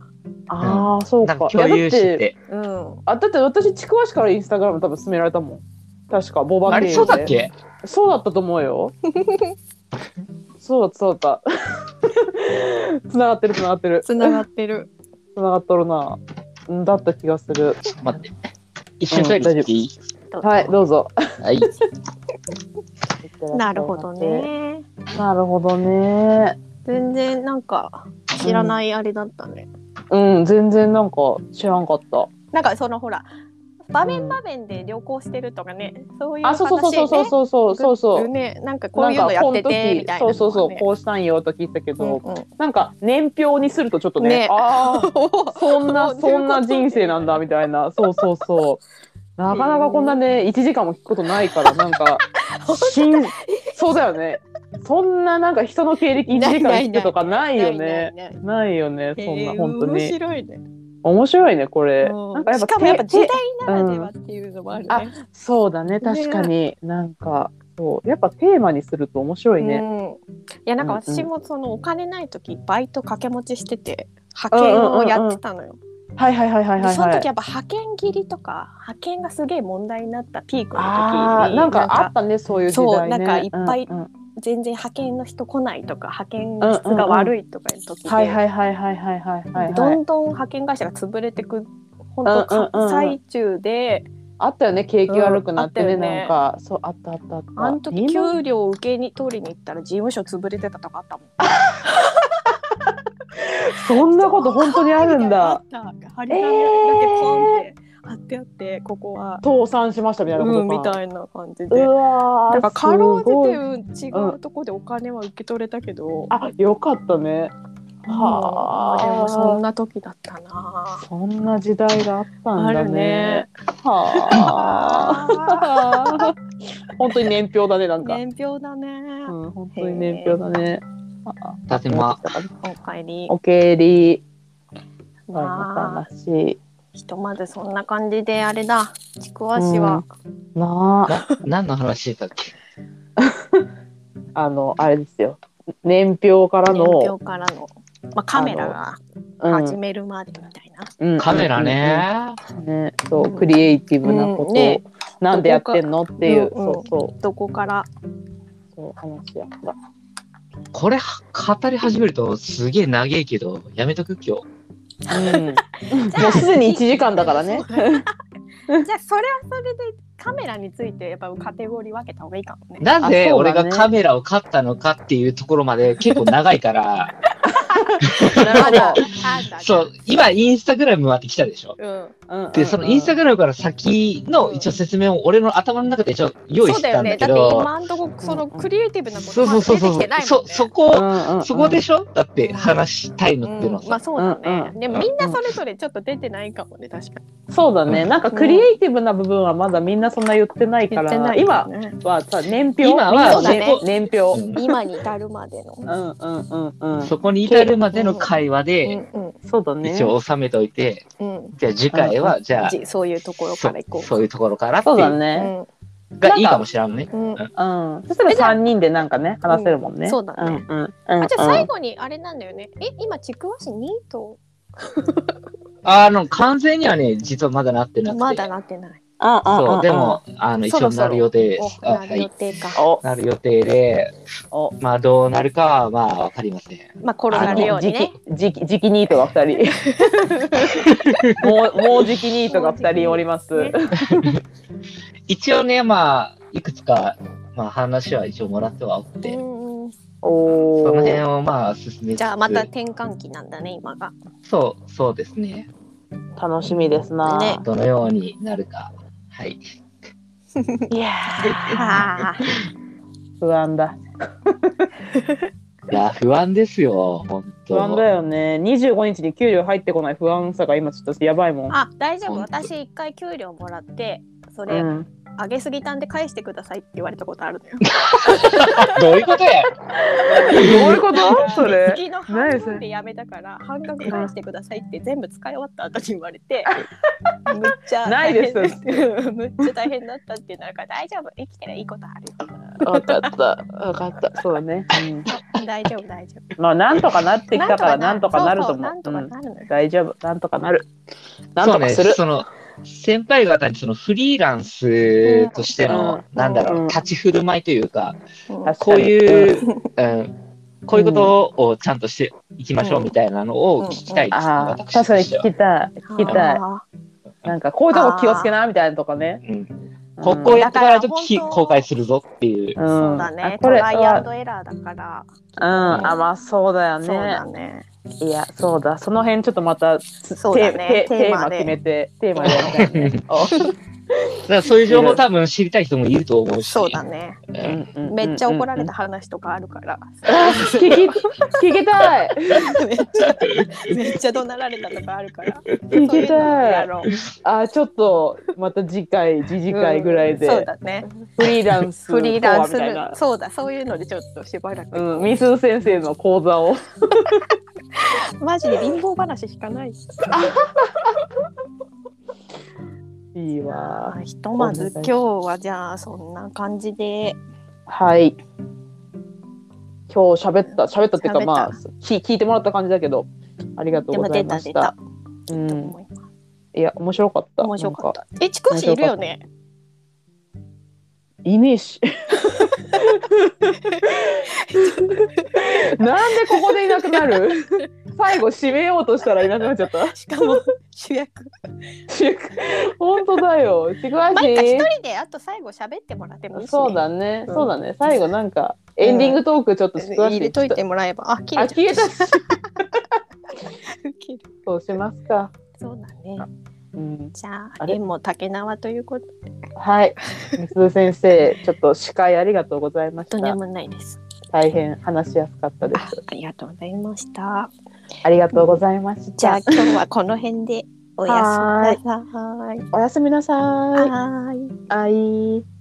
Speaker 1: ああそう
Speaker 3: な
Speaker 1: か
Speaker 3: んか共有し
Speaker 1: いやだ
Speaker 3: て
Speaker 1: って
Speaker 3: て。
Speaker 2: うん
Speaker 1: あだって私ちくわしからインスタグラム多分勧められたもん確かボバ
Speaker 3: あ
Speaker 1: 経由で
Speaker 3: れ、そうだっけ
Speaker 1: そうだったと思うよそうだったそうだった 繋がってる繋がってる
Speaker 6: つながってる
Speaker 1: 繋がっとるなうんだった気がする
Speaker 3: ちょっと待って。一瞬トイレ行っていい、
Speaker 1: はいどうぞ
Speaker 3: はい。
Speaker 2: なるほどね
Speaker 1: なるほどね
Speaker 2: 全然なんか知らないあれだったね、
Speaker 1: うん全然なんか知らんかった
Speaker 2: なんかそのほら場面場面で旅行してるとかね、そういう
Speaker 1: あそうそうそうそう
Speaker 2: う
Speaker 1: そうそうそうそう
Speaker 2: ねなんかこういうのやっててみたいな、ね、
Speaker 1: そうそうそうこうしたんよと聞いたけど、
Speaker 2: うんうん
Speaker 1: なんか年表にするとちょっとね
Speaker 2: ね
Speaker 1: ああそん
Speaker 2: そ
Speaker 1: な
Speaker 2: う
Speaker 1: そんな人生なんだみたいなそうそうそうなかなかこんなね1時間も聞くことないからなんかしんそうだよねそんななんか人の経歴1時間聞くとかないよね
Speaker 2: ないない
Speaker 1: ないよねそんな
Speaker 2: えー
Speaker 1: 本当
Speaker 2: 面
Speaker 1: に
Speaker 2: 白いね
Speaker 1: 面白いねこれ
Speaker 2: うん
Speaker 1: なんかやっぱ
Speaker 2: しかもやっぱ
Speaker 1: 手
Speaker 2: 時代
Speaker 1: 手
Speaker 2: ならではっていうのもあるね、
Speaker 1: うんそうだね確かになんかそうやっぱテーマにすると面白いね
Speaker 2: うん、いやなんか私もそのお金ない時バイト掛け持ちしてて派遣をやってたのよ、
Speaker 1: はいはいはいはい
Speaker 2: で
Speaker 1: はい
Speaker 2: その
Speaker 1: はい
Speaker 2: 時やっぱ派遣切りとか派遣がすげえ問題になったピークの時
Speaker 1: あー
Speaker 2: に
Speaker 1: なんかあったねそういう時代ね
Speaker 2: そうなんかいっぱい
Speaker 1: うんうん
Speaker 2: 全然派遣の人来ないとか派遣の質が悪いとかいう時で、
Speaker 1: はいはいはいはいはいはいはい
Speaker 2: ど
Speaker 1: はい
Speaker 2: んどん派遣会社が潰れてく本当
Speaker 1: うんうんうんうん
Speaker 2: 最中で、
Speaker 1: あったよね景気悪くなってね
Speaker 2: うんあったよね
Speaker 1: なんかそうあったあったあった
Speaker 2: あの時
Speaker 1: 今
Speaker 2: 給料を受けに取りに行ったら事務所潰れてたとかあったもん。
Speaker 1: そんなこと本当にあるんだ。
Speaker 7: あった張り紙だけポンって貼ってあってここは
Speaker 1: 倒産しましたみたいなこ
Speaker 2: う
Speaker 1: と
Speaker 2: ん、
Speaker 1: か
Speaker 2: みたいな感じ
Speaker 1: う
Speaker 2: で。
Speaker 1: わー
Speaker 2: だからかろう
Speaker 1: すごい
Speaker 2: じて違うとこでお金は受け取れたけど、
Speaker 1: あよかったね
Speaker 2: うん
Speaker 1: はあ
Speaker 2: でもそんな時だったな。
Speaker 1: そんな時代があったん
Speaker 2: あ
Speaker 1: だ
Speaker 2: る
Speaker 1: ね
Speaker 2: ね。
Speaker 1: はあ本当に年表だねなんか、
Speaker 2: 年表だね。
Speaker 1: うん本当に年表だね
Speaker 3: 立てま、
Speaker 2: おかえり。
Speaker 1: おけりそう
Speaker 2: まあ
Speaker 1: な悲し
Speaker 2: ひとまずそんな感じであれだ。ちくわしは、
Speaker 1: いなあ
Speaker 3: な何の話だっけ
Speaker 1: あのあれですよ年表から
Speaker 2: 年
Speaker 1: の
Speaker 2: 表からの、まあ、カメラが始めるまでみたいな。
Speaker 1: うん
Speaker 3: カメラね。
Speaker 1: ね、そう、クリエイティブなこと
Speaker 2: う
Speaker 1: を、
Speaker 2: んね
Speaker 1: なんでやってんのっていう、
Speaker 2: うんうん
Speaker 1: そうそう、
Speaker 2: どこから
Speaker 1: そう話やった。
Speaker 3: これ、語り始めるとすげえ長いけど、やめとく今日。
Speaker 1: うん、もうすでに1時間だから ね。
Speaker 2: じゃあそれはそれでカメラについてやっぱカテゴリー分けた方がいいかもね。
Speaker 3: な
Speaker 1: あ
Speaker 3: ぜ
Speaker 1: そうだ
Speaker 3: 俺
Speaker 1: ね
Speaker 3: がカメラを買ったのかっていうところまで結構長 いから、
Speaker 1: なるほど。
Speaker 3: そう、今インスタグラムまで来たでしょ。
Speaker 2: うん、
Speaker 1: うんうん
Speaker 3: で、そのインスタグラムから先の一応説明を俺の頭の中で一応用意
Speaker 2: そ
Speaker 3: し
Speaker 2: うだ
Speaker 3: てた
Speaker 2: よ
Speaker 3: んだ
Speaker 2: ね。だ
Speaker 3: け
Speaker 2: って
Speaker 3: ど、
Speaker 2: 今んとこそのクリエイティブなこ
Speaker 3: そ
Speaker 2: と
Speaker 3: うそ
Speaker 2: 出
Speaker 3: うそう
Speaker 2: てき
Speaker 3: そ
Speaker 2: てないもんね。
Speaker 3: う、そ、そこ、
Speaker 1: うんうん
Speaker 3: そこでしょだって話したいのってのは
Speaker 2: うん、まあ
Speaker 3: さ。
Speaker 2: そうだね。
Speaker 1: うん
Speaker 2: でもみんなそれぞれちょっと出てないかもね確かに。
Speaker 1: そうだね、なんかクリエイティブな部分はまだみんなそんな言ってないから、今はさ、年表。
Speaker 3: 今
Speaker 2: は
Speaker 1: みんなね
Speaker 2: そうだ
Speaker 1: 年表。
Speaker 3: うん
Speaker 2: 今に至るまでの。
Speaker 1: うんうんうんうん。
Speaker 3: そこに至るまでの会話で、
Speaker 2: うん
Speaker 1: そうだね
Speaker 3: 一。応収めておいて、
Speaker 2: うんうん
Speaker 3: じゃあ次回は、じゃあ、
Speaker 2: じそういうところから行こう。
Speaker 3: そういうところからってい
Speaker 1: そう
Speaker 3: う
Speaker 1: だ
Speaker 2: う
Speaker 1: ね。
Speaker 2: ん
Speaker 3: がいいかもしれんね。
Speaker 2: うん
Speaker 1: うん。そしたら三人でなんかね、話せるもんね。
Speaker 2: うんそうだね
Speaker 1: うんうんうん。
Speaker 2: あじゃあ最後にあれなんだよね。え今ちくわ市ニート
Speaker 3: あの、完全にはね、実はまだなってなくて。
Speaker 2: まだなってない。
Speaker 1: ああ
Speaker 3: そう、
Speaker 1: あ
Speaker 3: でも、あの、一
Speaker 2: そ
Speaker 3: 応
Speaker 2: ろそろ
Speaker 3: なる予定です。
Speaker 2: おな
Speaker 3: あは
Speaker 2: る予
Speaker 3: い。
Speaker 2: 定か。
Speaker 1: あお
Speaker 3: なる予定で、
Speaker 1: お
Speaker 3: まあ、どうなるかは、まあ、わかりません。
Speaker 2: まあ転がるようにね。
Speaker 1: 時期時期ニートが2人もうもう時期ニートが2人おります、
Speaker 2: ね
Speaker 3: 一応ね、まあ、いくつか、まあ、話は一応もらってはおっ
Speaker 2: う
Speaker 3: て、
Speaker 2: んうん
Speaker 1: お
Speaker 3: その辺
Speaker 1: ー
Speaker 3: を、まあ、進めつつ
Speaker 2: じゃあまた転換期なんだね今が。
Speaker 3: そう、そうですね。
Speaker 1: 楽しみですな、
Speaker 2: ね
Speaker 3: どのようになるか。はい。
Speaker 1: いや
Speaker 2: はあ
Speaker 1: ー不安だ
Speaker 3: いや、不安ですよ、 本当
Speaker 1: 不安だよね25日に給料入ってこない不安さが今ちょっとやばいもん
Speaker 2: あ大丈夫
Speaker 3: 本当
Speaker 2: 私一回給料もらってそうれ
Speaker 1: ん、
Speaker 2: 上げすぎたんで返してくださいって言われたことあるのよ。
Speaker 3: どういうことや
Speaker 1: どういうことそれ
Speaker 2: 月の半分でやめたから半額返してくださいって全部使い終わった後に言わ れてむっちゃ大変
Speaker 1: ないです
Speaker 2: むっちゃ大変だったってなるから大丈夫生きてりゃいいことあるよ。
Speaker 1: 分かった分かったそうだね、うん
Speaker 2: 大丈夫大丈夫。
Speaker 1: まあなんとかなってきたからなんとかなると
Speaker 2: そ
Speaker 1: 思
Speaker 2: うそうなんと
Speaker 1: うう
Speaker 2: か
Speaker 1: ん
Speaker 2: なるのよ。
Speaker 1: 大丈夫なんとかなるなんとかする
Speaker 3: そうね、その先輩方にそのフリーランスとしての、
Speaker 1: うん
Speaker 3: なんだろう、
Speaker 1: うん
Speaker 3: 立ち振る舞いというか、
Speaker 2: うん
Speaker 1: 確
Speaker 3: こ
Speaker 1: か
Speaker 3: う
Speaker 1: に
Speaker 3: いう、うん、こういうことをちゃんとしていきましょう
Speaker 2: うん
Speaker 3: みたいなのを聞きたいです、ね
Speaker 1: ああ
Speaker 3: 私
Speaker 1: 確か
Speaker 3: と
Speaker 1: に
Speaker 3: して
Speaker 1: 聞
Speaker 3: は
Speaker 1: きたい聞きたい
Speaker 2: あ
Speaker 1: なんかこういうとこ気をつけなみたいなとかね。
Speaker 3: うん
Speaker 1: うん
Speaker 3: ここをやってからと
Speaker 2: だから
Speaker 3: き
Speaker 2: 本当
Speaker 3: 後悔するぞっていう
Speaker 1: う
Speaker 2: ー
Speaker 1: ん
Speaker 2: そうだね
Speaker 1: あ。こ
Speaker 2: ト
Speaker 1: れ
Speaker 2: ライアンドエラーだか
Speaker 1: う
Speaker 2: ら。
Speaker 1: ん、あ、まあそうだよ
Speaker 2: そうだ
Speaker 1: ね。
Speaker 2: ね。
Speaker 1: いや、そうだ。その辺ちょっとまた、つ
Speaker 2: そうだね
Speaker 1: テテ
Speaker 2: テ
Speaker 1: テ
Speaker 2: ー
Speaker 1: ー
Speaker 2: マ
Speaker 1: マ
Speaker 2: で
Speaker 1: 決めて、テーマでやりたいね。お
Speaker 3: だからそういう情報多分知りたい人もいると思うし
Speaker 2: そうだね。
Speaker 3: うん
Speaker 1: うんうん
Speaker 2: めっちゃ怒られた。話とかあるから。
Speaker 1: あ聞き、聞きたい。
Speaker 2: めっちゃめっちゃ怒鳴られたとかあるから。
Speaker 1: 聞
Speaker 2: そうい
Speaker 1: き
Speaker 2: うの
Speaker 1: た
Speaker 2: や
Speaker 1: い。
Speaker 2: ろう。
Speaker 1: あ、ちょっと、また次回、次次回ぐらい
Speaker 2: うんそう
Speaker 1: で、
Speaker 2: だね。
Speaker 1: フリーランスと
Speaker 2: フ
Speaker 1: は
Speaker 2: リーランス
Speaker 1: みたいな。
Speaker 2: そうだそういうのでちょっとしばらく。
Speaker 1: うん、みすず先生の講座を。
Speaker 2: マジで貧乏話しかない。
Speaker 1: いいわ。
Speaker 2: ひとまず今日はじゃあそんな感じで。
Speaker 1: はい。今日喋った、喋ったっていう
Speaker 2: 喋
Speaker 1: か、
Speaker 2: った
Speaker 1: まあ、聞聞いてもらった感じだけど、ありがとう
Speaker 2: で
Speaker 1: ご
Speaker 2: も
Speaker 1: ざい
Speaker 2: 出
Speaker 1: ま
Speaker 2: た
Speaker 1: し
Speaker 2: 出
Speaker 1: た
Speaker 2: た。。いいと思います。
Speaker 1: いや面白かった
Speaker 2: 面白かっ
Speaker 1: なん
Speaker 2: た。え、ちくしいるよね。
Speaker 1: いねえ しなんでここでいなくなる最後締めようとしたらいなくなっちゃった
Speaker 2: しかも主役。
Speaker 1: 本当だよちくわ
Speaker 2: なんか一
Speaker 1: し
Speaker 2: 人であと最後喋ってもらってもいいし、ね。
Speaker 1: そうだね、
Speaker 2: うん
Speaker 1: そうだね最後なんかエンディングトークちょっとちくわし
Speaker 2: 入れといてもらえば。あ、切
Speaker 1: あ
Speaker 2: れちゃ
Speaker 1: 消えたし
Speaker 2: う切る。
Speaker 1: そうしますか、
Speaker 2: そうだね。
Speaker 1: うん、
Speaker 2: じゃあ、
Speaker 1: あれ
Speaker 2: でも竹縄ということ
Speaker 1: はいみすず先生ちょっと司会ありがとうございまし
Speaker 2: とんで
Speaker 1: た
Speaker 2: もないです。
Speaker 1: 大変話しやすかったで
Speaker 2: あ
Speaker 1: す、
Speaker 2: ありがとうございました。
Speaker 1: ありがとうございました
Speaker 2: じゃあ、今日はこの辺でおやすみなさい。
Speaker 1: おやすみなさ
Speaker 2: はいーい。
Speaker 1: あい